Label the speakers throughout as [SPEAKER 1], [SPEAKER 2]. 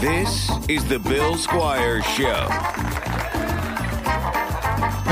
[SPEAKER 1] This is the Bill Squire Show.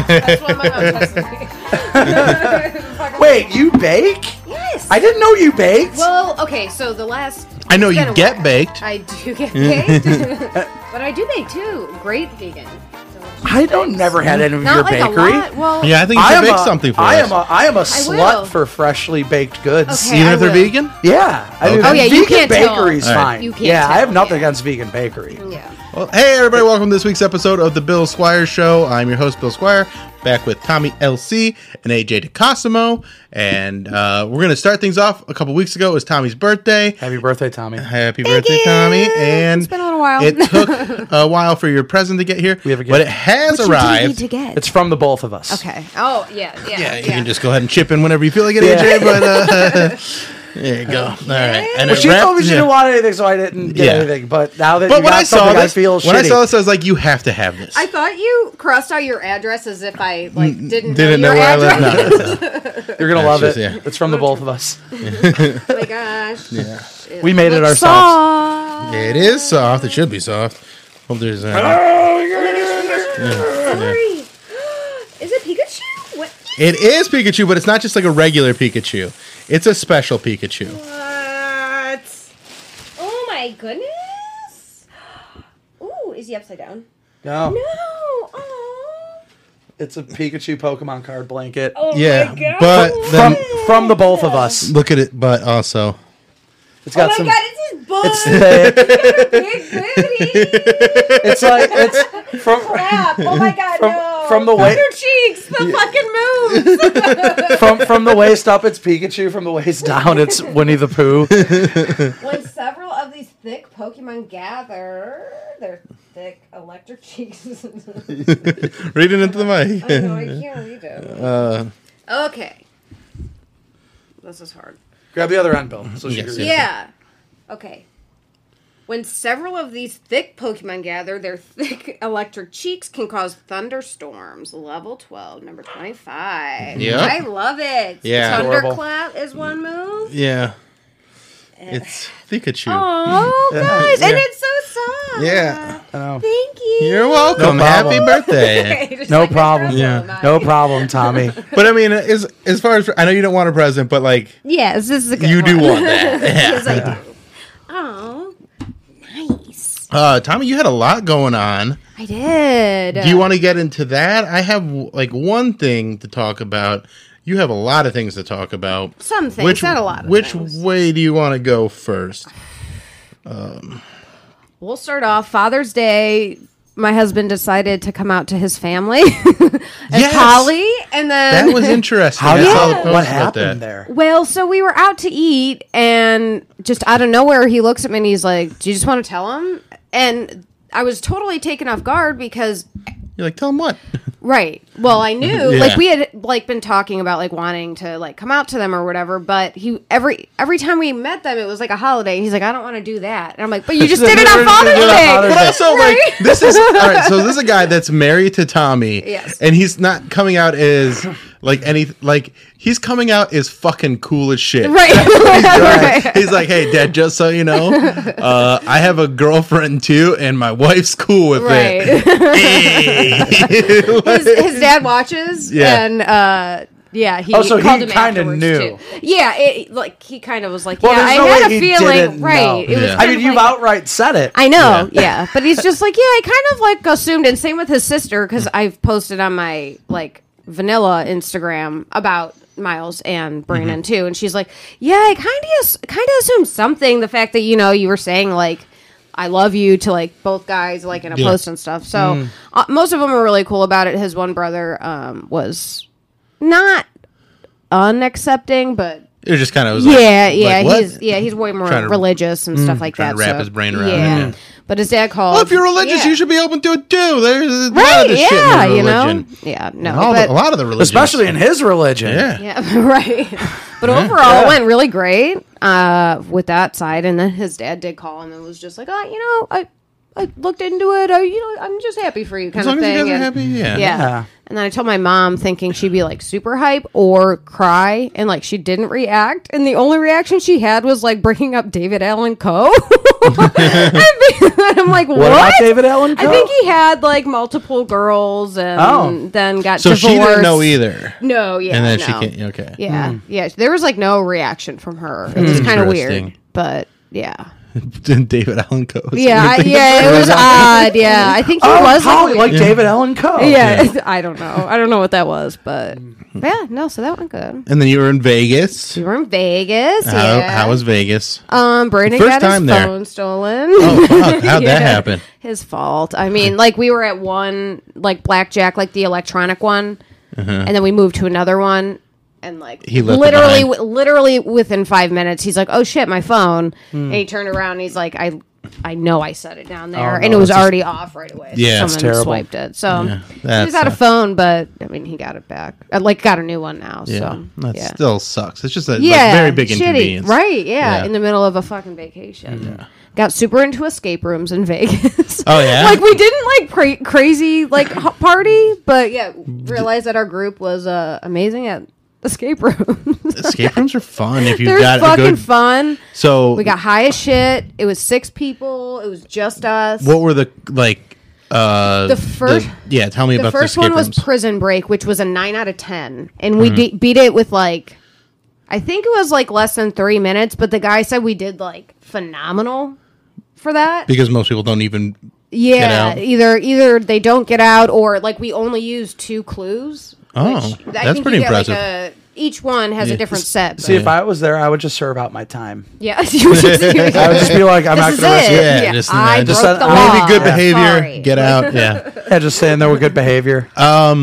[SPEAKER 2] That's what my mom tells me.
[SPEAKER 3] Wait, you bake?
[SPEAKER 2] Yes.
[SPEAKER 3] I didn't know you baked.
[SPEAKER 2] Well, okay. So the last.
[SPEAKER 4] I know
[SPEAKER 2] it's
[SPEAKER 4] you
[SPEAKER 2] been a
[SPEAKER 4] get
[SPEAKER 2] while.
[SPEAKER 4] baked.
[SPEAKER 2] I do get baked, but I do bake too. Great vegan. delicious
[SPEAKER 3] I don't
[SPEAKER 2] bakes.
[SPEAKER 3] never had any of
[SPEAKER 2] Not
[SPEAKER 3] your
[SPEAKER 2] like
[SPEAKER 3] bakery.
[SPEAKER 2] A lot. Well,
[SPEAKER 4] Yeah, I think you
[SPEAKER 3] I
[SPEAKER 4] should
[SPEAKER 3] am
[SPEAKER 4] bake
[SPEAKER 3] a-
[SPEAKER 4] something for
[SPEAKER 3] I
[SPEAKER 4] us.
[SPEAKER 3] am a I am a slut
[SPEAKER 2] will.
[SPEAKER 3] for freshly baked goods.
[SPEAKER 2] Okay.
[SPEAKER 4] Even
[SPEAKER 2] I
[SPEAKER 4] if they're
[SPEAKER 2] will.
[SPEAKER 4] vegan?
[SPEAKER 3] Yeah. I
[SPEAKER 4] Okay.
[SPEAKER 3] mean,
[SPEAKER 4] Oh,
[SPEAKER 2] yeah, you
[SPEAKER 3] vegan
[SPEAKER 2] can't tell.
[SPEAKER 3] bakery's
[SPEAKER 4] All right.
[SPEAKER 3] fine.
[SPEAKER 2] You can't
[SPEAKER 3] yeah, I
[SPEAKER 2] tell,
[SPEAKER 3] have nothing
[SPEAKER 2] yeah.
[SPEAKER 3] against vegan bakery.
[SPEAKER 2] Yeah.
[SPEAKER 4] Well, hey, everybody, welcome to this week's episode of The Bill Squire Show. I'm your host, Bill Squire, back with Tommy LC and AJ DeCosimo. And uh, we're going to start things off. A couple weeks ago it was Tommy's birthday.
[SPEAKER 3] Happy birthday, Tommy.
[SPEAKER 4] Happy birthday, Tommy. And it's been a little while. it took a while for your present to get here,
[SPEAKER 3] We have a gift.
[SPEAKER 4] but it has
[SPEAKER 5] What you
[SPEAKER 4] arrived.
[SPEAKER 5] did need to get.
[SPEAKER 3] It's from the both of us.
[SPEAKER 5] okay.
[SPEAKER 2] Oh yeah, yeah,
[SPEAKER 4] Yeah, you can just go ahead and chip in whenever you feel like it,
[SPEAKER 3] Yeah.
[SPEAKER 4] AJ. But uh, there you go. All right. And
[SPEAKER 3] Well,
[SPEAKER 4] it
[SPEAKER 3] she
[SPEAKER 4] wrapped-
[SPEAKER 3] told me she
[SPEAKER 4] yeah.
[SPEAKER 3] didn't want anything, so I didn't get
[SPEAKER 4] Yeah.
[SPEAKER 3] anything. But now that
[SPEAKER 4] But
[SPEAKER 3] you
[SPEAKER 4] when
[SPEAKER 3] got
[SPEAKER 4] I saw
[SPEAKER 3] something,
[SPEAKER 4] this,
[SPEAKER 3] I feel
[SPEAKER 4] when I
[SPEAKER 3] shitty.
[SPEAKER 4] saw this, I was like, "You have to have this."
[SPEAKER 2] I thought you crossed out your address as if I like didn't,
[SPEAKER 4] Mm, Didn't
[SPEAKER 2] know,
[SPEAKER 4] know
[SPEAKER 2] your
[SPEAKER 4] where I
[SPEAKER 2] address.
[SPEAKER 4] live. No,
[SPEAKER 3] You're gonna
[SPEAKER 4] Yeah,
[SPEAKER 3] love
[SPEAKER 4] it's
[SPEAKER 3] it.
[SPEAKER 4] just- yeah.
[SPEAKER 3] It's from the both of us.
[SPEAKER 2] Oh my gosh.
[SPEAKER 3] We made it ourselves.
[SPEAKER 5] Saw.
[SPEAKER 4] it is soft. It should be soft. Hope there's. Uh,
[SPEAKER 2] Sorry. Is it Pikachu? What?
[SPEAKER 4] It is Pikachu, but it's not just like a regular Pikachu. It's a special Pikachu.
[SPEAKER 2] Oh What? Oh my goodness. Ooh, is he upside down?
[SPEAKER 3] No,
[SPEAKER 2] No. Aww.
[SPEAKER 3] it's a Pikachu Pokemon card blanket
[SPEAKER 2] Oh
[SPEAKER 4] yeah,
[SPEAKER 2] my god.
[SPEAKER 4] but then
[SPEAKER 3] from from the both of us.
[SPEAKER 4] look at it. But also,
[SPEAKER 3] It's
[SPEAKER 2] oh
[SPEAKER 3] got
[SPEAKER 2] my
[SPEAKER 3] some.
[SPEAKER 2] god, it's his butt.
[SPEAKER 3] It's
[SPEAKER 2] Big
[SPEAKER 3] thick.
[SPEAKER 2] booty.
[SPEAKER 3] it's like it's from
[SPEAKER 2] Crap. Oh my god,
[SPEAKER 3] From-
[SPEAKER 2] no.
[SPEAKER 3] from the way-
[SPEAKER 2] Your cheeks, the fucking moves.
[SPEAKER 3] from from the waist up. It's Pikachu. From the waist down, it's Winnie the Pooh.
[SPEAKER 2] when several of these thick Pokemon gather, their thick electric cheeks.
[SPEAKER 4] reading into the mic.
[SPEAKER 2] no, I can't read it.
[SPEAKER 3] Uh.
[SPEAKER 2] okay. This is hard.
[SPEAKER 3] Grab the other end, Bill. So she
[SPEAKER 4] Yes,
[SPEAKER 3] can-
[SPEAKER 4] yeah.
[SPEAKER 2] Yeah. Okay. When several of these thick Pokemon gather, their thick electric cheeks can cause thunderstorms. Level 12, number 25.
[SPEAKER 4] Yeah.
[SPEAKER 2] I love it.
[SPEAKER 4] Yeah.
[SPEAKER 3] Adorable.
[SPEAKER 2] Thunderclap is one move.
[SPEAKER 4] yeah, it's Pikachu.
[SPEAKER 2] Oh, guys. And it's so soft.
[SPEAKER 4] Yeah.
[SPEAKER 3] I know.
[SPEAKER 2] Thank you.
[SPEAKER 4] You're welcome.
[SPEAKER 3] Oh. No problem.
[SPEAKER 4] Happy birthday.
[SPEAKER 2] Just
[SPEAKER 3] No
[SPEAKER 2] like a
[SPEAKER 3] problem.
[SPEAKER 2] pretzel,
[SPEAKER 4] Yeah.
[SPEAKER 2] not-
[SPEAKER 3] No problem, Tommy.
[SPEAKER 4] but I mean, as as far as I know, you don't want a present, but like
[SPEAKER 2] Yes, this is a good
[SPEAKER 4] you
[SPEAKER 2] one.
[SPEAKER 4] do want that. Yeah.
[SPEAKER 2] yes, I do. Oh, nice.
[SPEAKER 4] Uh, Tommy, you had a lot going on.
[SPEAKER 2] I did.
[SPEAKER 4] Do you want to get into that? I have like one thing to talk about. You have a lot of things to talk about.
[SPEAKER 2] Some things,
[SPEAKER 4] Which,
[SPEAKER 2] not a lot of
[SPEAKER 4] which
[SPEAKER 2] things.
[SPEAKER 4] way do you want to go first?
[SPEAKER 2] We'll start off Father's Day. My husband decided to come out to his family as
[SPEAKER 4] Yes!
[SPEAKER 2] Polly, and then
[SPEAKER 4] That was interesting.
[SPEAKER 3] How
[SPEAKER 4] I
[SPEAKER 3] did
[SPEAKER 4] saw the
[SPEAKER 3] that-
[SPEAKER 4] post
[SPEAKER 3] what
[SPEAKER 4] about
[SPEAKER 3] happened
[SPEAKER 4] that.
[SPEAKER 3] there?
[SPEAKER 2] well, so we were out to eat, and just out of nowhere, he looks at me and he's like, "Do you just want to tell him?" And I was totally taken off guard because
[SPEAKER 4] You're like, tell him what?
[SPEAKER 2] Right. Well, I knew
[SPEAKER 4] Yeah.
[SPEAKER 2] like we had like been talking about like wanting to like come out to them or whatever, but he every every time we met them it was like a holiday. He's like, I don't want to do that. And I'm like, But you just did it on Father's
[SPEAKER 3] Did it on
[SPEAKER 2] Day.
[SPEAKER 3] Father's
[SPEAKER 4] But
[SPEAKER 3] Day.
[SPEAKER 4] also, like, this is all right. So this is a guy that's married to Tommy,
[SPEAKER 2] Yes.
[SPEAKER 4] and he's not coming out as like any like he's coming out as fucking cool as shit.
[SPEAKER 2] Right. right.
[SPEAKER 4] He's like, hey, Dad, just so you know, uh, I have a girlfriend too, and my wife's cool with it.
[SPEAKER 2] Right.
[SPEAKER 4] Hey.
[SPEAKER 2] his, his dad watches
[SPEAKER 4] Yeah.
[SPEAKER 2] and uh yeah, he
[SPEAKER 3] Oh, so he
[SPEAKER 2] called him
[SPEAKER 3] kinda
[SPEAKER 2] afterwards,
[SPEAKER 3] knew.
[SPEAKER 2] Too. Yeah, it, like he kind of was like,
[SPEAKER 3] Well,
[SPEAKER 2] yeah,
[SPEAKER 3] there's
[SPEAKER 2] I
[SPEAKER 3] no
[SPEAKER 2] had
[SPEAKER 3] way
[SPEAKER 2] a
[SPEAKER 3] he
[SPEAKER 2] feeling,
[SPEAKER 3] didn't know.
[SPEAKER 2] right? It was
[SPEAKER 4] Yeah.
[SPEAKER 2] kind
[SPEAKER 3] I
[SPEAKER 2] of
[SPEAKER 3] mean, you've
[SPEAKER 2] like-
[SPEAKER 3] outright said it.
[SPEAKER 2] I know, yeah. But he's just like, yeah, I kind of like assumed, and same with his sister because I've posted on my like vanilla Instagram about Miles and Brandon too, and she's like, yeah, I kind of kind of assumed something. The fact that you know you were saying like. "I love you" to like both guys, like in a
[SPEAKER 4] Yeah.
[SPEAKER 2] post and stuff. So uh, most of them are really cool about it. His one brother um, was not unaccepting, but
[SPEAKER 4] It was just kind of was like-
[SPEAKER 2] yeah,
[SPEAKER 4] like,
[SPEAKER 2] yeah,
[SPEAKER 4] what?
[SPEAKER 2] he's yeah, he's way more
[SPEAKER 4] Trying to- mm,
[SPEAKER 2] religious and stuff like
[SPEAKER 4] trying
[SPEAKER 2] that.
[SPEAKER 4] to wrap
[SPEAKER 2] so-
[SPEAKER 4] his brain around it,
[SPEAKER 2] yeah.
[SPEAKER 4] yeah.
[SPEAKER 2] But his dad called.
[SPEAKER 4] Well, if you're religious,
[SPEAKER 2] Yeah.
[SPEAKER 4] you should be open to it too. There's a lot
[SPEAKER 2] Right?
[SPEAKER 4] of this shit
[SPEAKER 2] Yeah,
[SPEAKER 4] in
[SPEAKER 2] you know.
[SPEAKER 4] religion.
[SPEAKER 2] Yeah, no,
[SPEAKER 4] All the-
[SPEAKER 2] but,
[SPEAKER 4] a lot of the religion,
[SPEAKER 3] especially in his religion.
[SPEAKER 4] yeah.
[SPEAKER 2] Yeah, right. But overall, it went really great uh, with that side. And then his dad did call him and was just like, "Oh, you know, I, I looked into it. I, you know, I'm just happy for you, kind
[SPEAKER 4] As long
[SPEAKER 2] of
[SPEAKER 4] as
[SPEAKER 2] thing."
[SPEAKER 4] you guys are
[SPEAKER 2] and,
[SPEAKER 4] happy, yeah.
[SPEAKER 2] Yeah.
[SPEAKER 3] Yeah.
[SPEAKER 2] And then I told my mom, thinking she'd be like super hype or cry, and like she didn't react. And the only reaction she had was like bringing up David Allen Coe. I'm like, what?
[SPEAKER 3] What about David Allen
[SPEAKER 2] I
[SPEAKER 3] Coe?
[SPEAKER 2] think he had like multiple girls, and
[SPEAKER 3] Oh.
[SPEAKER 2] then got
[SPEAKER 4] So
[SPEAKER 2] divorced.
[SPEAKER 4] she didn't know either.
[SPEAKER 2] No, yeah,
[SPEAKER 4] and then she
[SPEAKER 2] no.
[SPEAKER 4] can't. Okay.
[SPEAKER 2] Yeah,
[SPEAKER 3] Hmm.
[SPEAKER 2] yeah. There was like no reaction from her. It was kind of weird,
[SPEAKER 4] Hmm. Interesting.
[SPEAKER 2] but yeah,
[SPEAKER 4] Then David Allen Coe. was
[SPEAKER 2] yeah, I-
[SPEAKER 4] everything.
[SPEAKER 2] yeah. It was odd. Yeah, I think he
[SPEAKER 3] Oh,
[SPEAKER 2] was
[SPEAKER 3] how-
[SPEAKER 2] like,
[SPEAKER 3] like,
[SPEAKER 2] a-
[SPEAKER 3] David Allen Coe.
[SPEAKER 4] Oh,
[SPEAKER 2] yeah. I don't know. I don't know what that was, but
[SPEAKER 4] Mm-hmm.
[SPEAKER 2] yeah. No, so that went good.
[SPEAKER 4] And then you were in Vegas.
[SPEAKER 2] We were in Vegas.
[SPEAKER 4] How,
[SPEAKER 2] yeah.
[SPEAKER 4] how was Vegas?
[SPEAKER 2] um Brandon
[SPEAKER 4] First
[SPEAKER 2] got his
[SPEAKER 4] time
[SPEAKER 2] phone
[SPEAKER 4] there.
[SPEAKER 2] stolen?
[SPEAKER 4] Oh, fuck, how'd
[SPEAKER 2] Yeah.
[SPEAKER 4] that happen?
[SPEAKER 2] His fault. I mean, like we were at one like blackjack, like the electronic one, and then we moved to another one, and like
[SPEAKER 4] Uh-huh. He left it
[SPEAKER 2] literally,
[SPEAKER 4] behind.
[SPEAKER 2] w- literally within five minutes, he's like, "Oh shit, my phone!"
[SPEAKER 4] Hmm.
[SPEAKER 2] And he turned around, and he's like, "I, I know I set it down there,
[SPEAKER 3] Oh,
[SPEAKER 2] and it
[SPEAKER 3] no,
[SPEAKER 2] was
[SPEAKER 3] that's just-
[SPEAKER 2] already off right away.
[SPEAKER 4] Yeah, it's
[SPEAKER 2] someone
[SPEAKER 3] terrible.
[SPEAKER 2] swiped it, so
[SPEAKER 4] that
[SPEAKER 2] he was out of
[SPEAKER 4] sucks.
[SPEAKER 2] phone, but I mean, he got it back. Uh, like, got a new one now.
[SPEAKER 4] Yeah,
[SPEAKER 2] so
[SPEAKER 4] that
[SPEAKER 2] yeah.
[SPEAKER 4] still sucks. It's just a like,
[SPEAKER 2] yeah,
[SPEAKER 4] very big
[SPEAKER 2] shitty.
[SPEAKER 4] inconvenience,
[SPEAKER 2] right? Yeah,
[SPEAKER 4] Yeah.
[SPEAKER 2] in the middle of a fucking vacation. Got super into escape rooms in Vegas.
[SPEAKER 4] Oh, yeah?
[SPEAKER 2] like we didn't like pra- crazy like ho- party, but yeah, realized that our group was uh, amazing at escape rooms.
[SPEAKER 4] Escape rooms are fun if
[SPEAKER 2] They're
[SPEAKER 4] you've got a
[SPEAKER 2] fucking
[SPEAKER 4] good.
[SPEAKER 2] fun.
[SPEAKER 4] So
[SPEAKER 2] We got high as shit. It was six people. It was just us.
[SPEAKER 4] What were the like? uh
[SPEAKER 2] The first-
[SPEAKER 4] yeah. Tell me
[SPEAKER 2] the
[SPEAKER 4] about
[SPEAKER 2] first
[SPEAKER 4] the
[SPEAKER 2] one
[SPEAKER 4] escape
[SPEAKER 2] was
[SPEAKER 4] rooms. Mm-hmm.
[SPEAKER 2] Prison Break, which was a nine out of ten, and we de- beat it with like, I think it was like less than three minutes. But the guy said we did like phenomenal for that.
[SPEAKER 4] because most people don't even.
[SPEAKER 2] yeah,
[SPEAKER 4] out.
[SPEAKER 2] either either they don't get out, or like we only use two clues.
[SPEAKER 4] Oh,
[SPEAKER 2] which
[SPEAKER 4] that's pretty impressive.
[SPEAKER 2] a, each one has a different set.
[SPEAKER 3] See,
[SPEAKER 2] but-
[SPEAKER 3] if I was there, I would just serve out my time.
[SPEAKER 2] yeah, you would just- you would
[SPEAKER 3] I would just be like, I'm
[SPEAKER 2] This
[SPEAKER 3] not
[SPEAKER 2] is
[SPEAKER 3] going to risk
[SPEAKER 2] it.
[SPEAKER 3] it.
[SPEAKER 4] Yeah,
[SPEAKER 2] Yeah,
[SPEAKER 4] just,
[SPEAKER 2] I
[SPEAKER 4] just
[SPEAKER 3] broke the
[SPEAKER 4] maybe
[SPEAKER 3] law.
[SPEAKER 4] good
[SPEAKER 3] Yeah.
[SPEAKER 4] behavior.
[SPEAKER 2] Sorry.
[SPEAKER 4] Get out. Yeah.
[SPEAKER 3] Yeah, just staying there with good behavior.
[SPEAKER 4] Uh,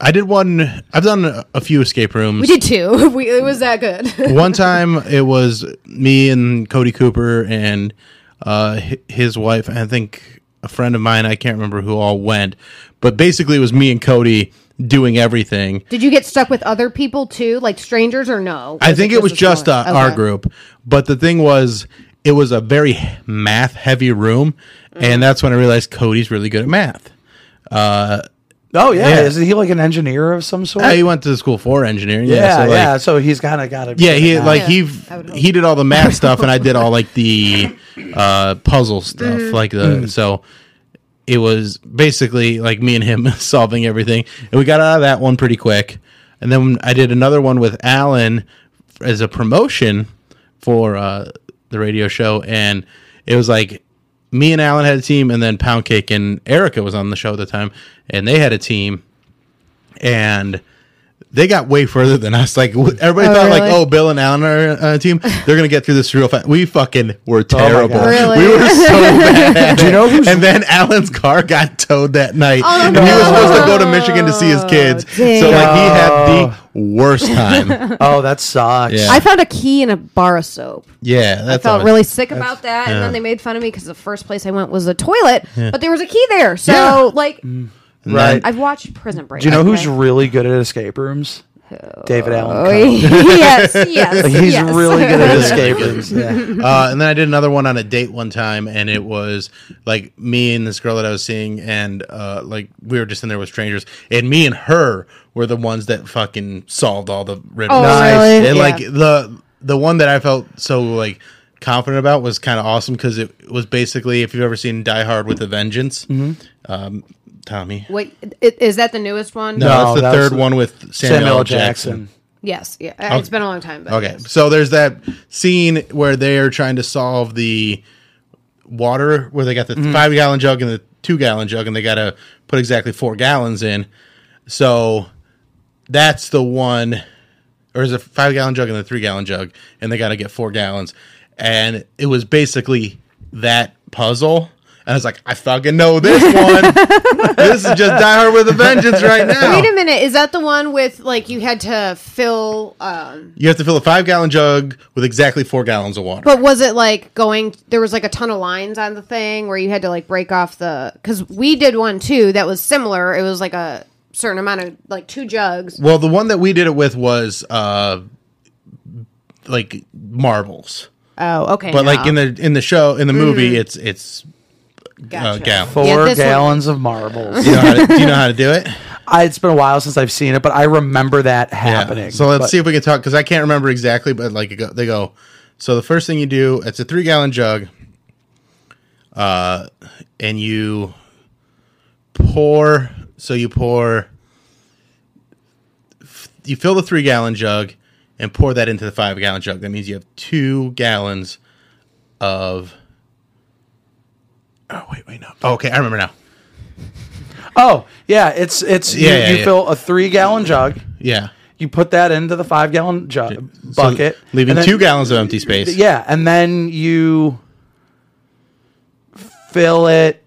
[SPEAKER 4] I did one. I've done a, a few escape rooms.
[SPEAKER 2] we did two. We, it was that good.
[SPEAKER 4] one time it was me and Cody Cooper and uh, hi- his wife, and I think a friend of mine, I can't remember who all went, but basically it was me and Cody doing everything.
[SPEAKER 2] did you get stuck with other people too, like strangers or no?
[SPEAKER 4] I think it was
[SPEAKER 2] a
[SPEAKER 4] just uh,
[SPEAKER 2] smaller-
[SPEAKER 4] our
[SPEAKER 2] Okay.
[SPEAKER 4] group, but the thing was, it was a very math heavy room, and that's when I realized Cody's really good at math.
[SPEAKER 3] Oh yeah,
[SPEAKER 4] Yeah.
[SPEAKER 3] isn't he like an engineer of some sort?
[SPEAKER 4] Uh, He went to school for engineering.
[SPEAKER 3] yeah,
[SPEAKER 4] Yeah, so, like,
[SPEAKER 3] yeah. So he's kind of got to.
[SPEAKER 4] Yeah, he like
[SPEAKER 2] Yeah,
[SPEAKER 4] he
[SPEAKER 2] I would hope.
[SPEAKER 4] he did all the math stuff, and I did all like the uh, puzzle stuff,
[SPEAKER 2] Mm-hmm.
[SPEAKER 4] like the so. It was basically like me and him solving everything, and we got out of that one pretty quick. And then I did another one with Alan as a promotion for uh, the radio show, and it was like me and Alan had a team, and then Pound Cake and Erica was on the show at the time, and they had a team, and they got way further than us. Like wh- everybody
[SPEAKER 2] Oh,
[SPEAKER 4] thought, like,
[SPEAKER 2] really?
[SPEAKER 4] oh, Bill and Alan are on a team. They're gonna get through this real fast. We fucking were terrible.
[SPEAKER 3] God.
[SPEAKER 2] Really?
[SPEAKER 4] We were so bad. at
[SPEAKER 3] Oh Do you
[SPEAKER 4] it.
[SPEAKER 3] know who's-
[SPEAKER 4] And then Alan's car got towed that night,
[SPEAKER 2] Oh,
[SPEAKER 4] and he was supposed to go to
[SPEAKER 2] no.
[SPEAKER 4] Michigan to see his kids.
[SPEAKER 2] Dang.
[SPEAKER 4] So like he had the worst time.
[SPEAKER 3] Oh, that sucks.
[SPEAKER 4] Yeah.
[SPEAKER 2] I found a key in a bar of soap.
[SPEAKER 4] Yeah, that's
[SPEAKER 2] I felt
[SPEAKER 4] always-
[SPEAKER 2] really sick about that, and then they made fun of me because the first place I went was a toilet, but there was a key there. So,
[SPEAKER 4] Yeah.
[SPEAKER 2] like,
[SPEAKER 4] And then-
[SPEAKER 3] Right.
[SPEAKER 2] I've watched Prison Break.
[SPEAKER 3] Do you know
[SPEAKER 2] okay?
[SPEAKER 3] who's really good at escape rooms? David Allen.
[SPEAKER 2] Oh,
[SPEAKER 3] Coe.
[SPEAKER 2] yes, yes,
[SPEAKER 3] He's
[SPEAKER 2] yes.
[SPEAKER 3] really good at escape rooms. Yeah.
[SPEAKER 4] uh, and then I did another one on a date one time, and it was like me and this girl that I was seeing, and uh, like we were just in there with strangers, and me and her were the ones that fucking solved all the riddles.
[SPEAKER 2] Oh, Nice. really?
[SPEAKER 4] And
[SPEAKER 2] Yeah.
[SPEAKER 4] like the the one that I felt so like confident about was kind of awesome because it was basically if you've ever seen Die Hard with a Vengeance,
[SPEAKER 3] Mm-hmm.
[SPEAKER 4] um, Tommy.
[SPEAKER 2] Wait, i- is that the newest one?
[SPEAKER 4] No,
[SPEAKER 3] No,
[SPEAKER 4] that's the
[SPEAKER 3] that was
[SPEAKER 4] third one with Samuel,
[SPEAKER 3] Samuel
[SPEAKER 4] L.
[SPEAKER 3] Jackson.
[SPEAKER 2] Yes, yeah. It's been a long time. But
[SPEAKER 4] Okay, so there's that scene where they're trying to solve the water, where they got the
[SPEAKER 2] Mm-hmm.
[SPEAKER 4] five gallon jug and the two gallon jug, and they got to put exactly four gallons in. So that's the one, or is a five gallon jug and the three gallon jug, and they got to get four gallons. And it was basically that puzzle. And I was like, I fucking know this one. this is just Die Hard with a Vengeance right now.
[SPEAKER 2] Wait a minute, is that the one with like you had to fill? Um,
[SPEAKER 4] You have to fill a five gallon jug with exactly four gallons of water.
[SPEAKER 2] but was it like going? There was like a ton of lines on the thing where you had to like break off the. Because we did one too that was similar. It was like a certain amount of like two jugs.
[SPEAKER 4] Well, the one that we did it with was uh like marbles.
[SPEAKER 2] Oh, okay.
[SPEAKER 4] But like in the in the show in the movie it's it's uh, gallons.
[SPEAKER 3] Four
[SPEAKER 2] Yeah, this one-
[SPEAKER 3] gallons of marbles.
[SPEAKER 4] You know how to- do you know how to do it?
[SPEAKER 3] I, it's been a while since I've seen it, but I remember that happening.
[SPEAKER 4] So let's
[SPEAKER 3] But-
[SPEAKER 4] see if we can talk because I can't remember exactly, but like it go, they go. So the first thing you do, it's a three gallon jug, uh, and you pour. So you pour. You fill the three gallon jug and pour that into the five gallon jug. That means you have two gallons of. Oh wait, wait no. okay, I remember now.
[SPEAKER 3] Oh yeah, it's it's you-
[SPEAKER 4] Yeah, yeah,
[SPEAKER 3] you,
[SPEAKER 4] yeah.
[SPEAKER 3] fill a three gallon jug.
[SPEAKER 4] Yeah.
[SPEAKER 3] You put that into the five gallon jug
[SPEAKER 4] So
[SPEAKER 3] bucket,
[SPEAKER 4] leaving
[SPEAKER 3] and then-
[SPEAKER 4] two gallons of empty space.
[SPEAKER 3] Yeah, and then you fill it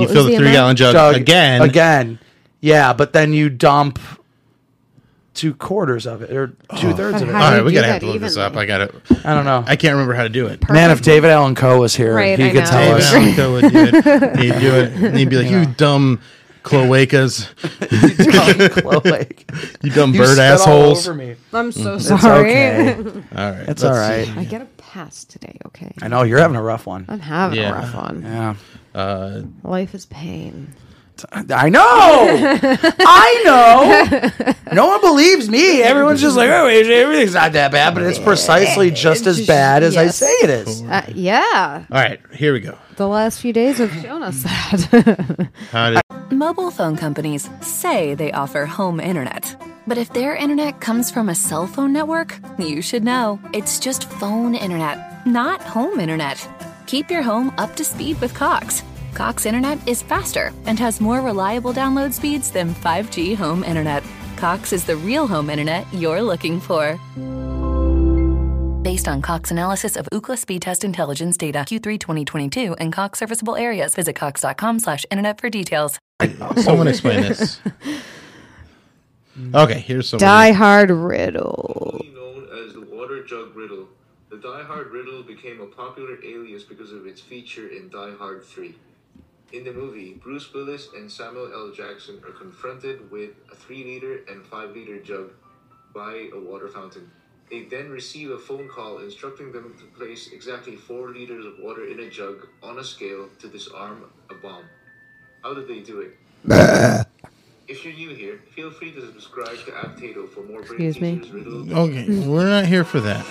[SPEAKER 2] What
[SPEAKER 4] you
[SPEAKER 2] was
[SPEAKER 4] fill the
[SPEAKER 2] the
[SPEAKER 4] three gallon jug,
[SPEAKER 3] jug
[SPEAKER 4] again.
[SPEAKER 3] Again, yeah, but then you dump two quarters of it or two thirds of it.
[SPEAKER 2] But
[SPEAKER 4] All
[SPEAKER 2] How do
[SPEAKER 4] right,
[SPEAKER 2] you
[SPEAKER 4] we
[SPEAKER 2] do
[SPEAKER 4] gotta
[SPEAKER 2] that
[SPEAKER 4] have to look this up.
[SPEAKER 2] evenly?
[SPEAKER 4] I got it.
[SPEAKER 3] I don't know.
[SPEAKER 4] I can't remember how to do it.
[SPEAKER 3] Man, if David Allen Coe was here,
[SPEAKER 2] Right,
[SPEAKER 3] he
[SPEAKER 2] I
[SPEAKER 3] could
[SPEAKER 2] know.
[SPEAKER 3] tell
[SPEAKER 4] David
[SPEAKER 3] us.
[SPEAKER 4] Allen Coe would do it. He'd do it. And he'd be like, "You dumb cloacas,
[SPEAKER 3] Like,
[SPEAKER 4] you dumb
[SPEAKER 3] you
[SPEAKER 4] bird
[SPEAKER 3] spit all
[SPEAKER 4] assholes."
[SPEAKER 3] over me.
[SPEAKER 6] I'm so
[SPEAKER 3] It's
[SPEAKER 6] sorry.
[SPEAKER 3] okay.
[SPEAKER 4] All right,
[SPEAKER 3] It's
[SPEAKER 4] let's
[SPEAKER 3] all
[SPEAKER 4] see.
[SPEAKER 3] right.
[SPEAKER 2] I get a pass today. Okay,
[SPEAKER 3] I know you're having a rough one.
[SPEAKER 2] I'm having
[SPEAKER 4] Yeah.
[SPEAKER 2] a rough one.
[SPEAKER 3] Yeah.
[SPEAKER 4] Uh,
[SPEAKER 2] Life is pain.
[SPEAKER 3] I know. I know. No one believes me. Everyone's just like, oh, everything's not that bad, but it's precisely just as bad as I
[SPEAKER 2] Yes.
[SPEAKER 3] say it is.
[SPEAKER 2] Uh, yeah,
[SPEAKER 4] all right, here we go.
[SPEAKER 2] the last few days have shown
[SPEAKER 4] Mm.
[SPEAKER 2] us that.
[SPEAKER 4] How did,
[SPEAKER 7] Mobile phone companies say they offer home internet. But if their internet comes from a cell phone network, you should know. It's just phone internet, not home internet. Keep your home up to speed with Cox. Cox internet is faster and has more reliable download speeds than 5G home internet. Cox is the real home internet you're looking for. Based on Cox analysis of Ookla speed test intelligence data Q3 2022 and Cox serviceable areas, visit cox.com slash internet for details.
[SPEAKER 4] someone explain this? Okay, here's some.
[SPEAKER 2] Die Hard riddle.
[SPEAKER 8] Formerly known as the Water Jug Riddle, the Die Hard Riddle became a popular alias because of its feature in Die Hard 3. In the movie, Bruce Willis and Samuel L. Jackson are confronted with a 3 liter and 5 liter jug by a water fountain. They then receive a phone call instructing them to place exactly 4 liters of water in a jug on a scale to disarm a bomb. How did they do it? If you're new here, feel free to subscribe to AppTato for more brain
[SPEAKER 2] Excuse me.
[SPEAKER 8] teasers, riddles,
[SPEAKER 4] Okay, we're not here for that.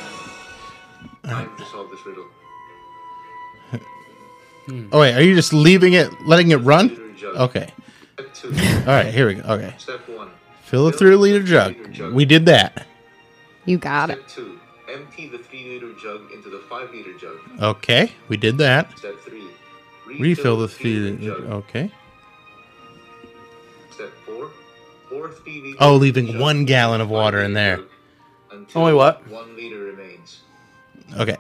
[SPEAKER 8] time to solve this riddle.
[SPEAKER 4] Oh wait, are you just leaving it, letting it run?
[SPEAKER 8] Jug.
[SPEAKER 4] Okay.
[SPEAKER 8] Step two.
[SPEAKER 4] All right, here we go. Okay,
[SPEAKER 8] Step one.
[SPEAKER 4] fill the three liter jug. We did that.
[SPEAKER 2] You got it.
[SPEAKER 8] Step two. Empty the three liter jug into the five liter jug.
[SPEAKER 4] Okay, we did that.
[SPEAKER 8] Step three.
[SPEAKER 4] Refill the three. Okay.
[SPEAKER 8] Step four. Pour three liter
[SPEAKER 4] Oh, leaving
[SPEAKER 8] jug
[SPEAKER 4] one
[SPEAKER 8] into
[SPEAKER 4] gallon
[SPEAKER 8] the
[SPEAKER 4] of water in there.
[SPEAKER 8] five-liter jug until
[SPEAKER 3] Only what?
[SPEAKER 8] One liter remains.
[SPEAKER 4] Okay.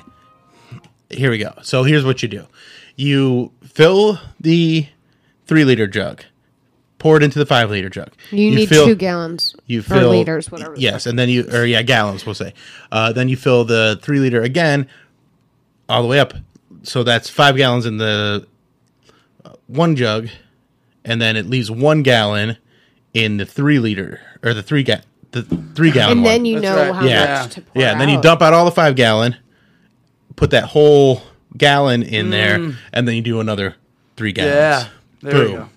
[SPEAKER 4] Here we go. So here's what you do. You fill the three liter jug, pour it into the five liter jug.
[SPEAKER 2] You, need
[SPEAKER 4] fill-
[SPEAKER 2] two gallons.
[SPEAKER 4] You
[SPEAKER 2] or
[SPEAKER 4] fill
[SPEAKER 2] liters, whatever. the
[SPEAKER 4] Yes, and then you or yeah, gallons. We'll say. Uh, then you fill the three liter again, all the way up. So that's five gallons in the uh, one jug, and then it leaves one gallon in the three liter or the three ga- the three gallon.
[SPEAKER 2] and
[SPEAKER 4] one.
[SPEAKER 2] then you
[SPEAKER 3] That's
[SPEAKER 2] know
[SPEAKER 3] right.
[SPEAKER 2] how
[SPEAKER 4] Yeah.
[SPEAKER 2] much to pour
[SPEAKER 4] Yeah, and then you
[SPEAKER 2] out.
[SPEAKER 4] dump out all the five gallon, put that whole gallon in there, and then you do another three gallons.
[SPEAKER 3] Yeah. There you
[SPEAKER 4] Boom.
[SPEAKER 3] go.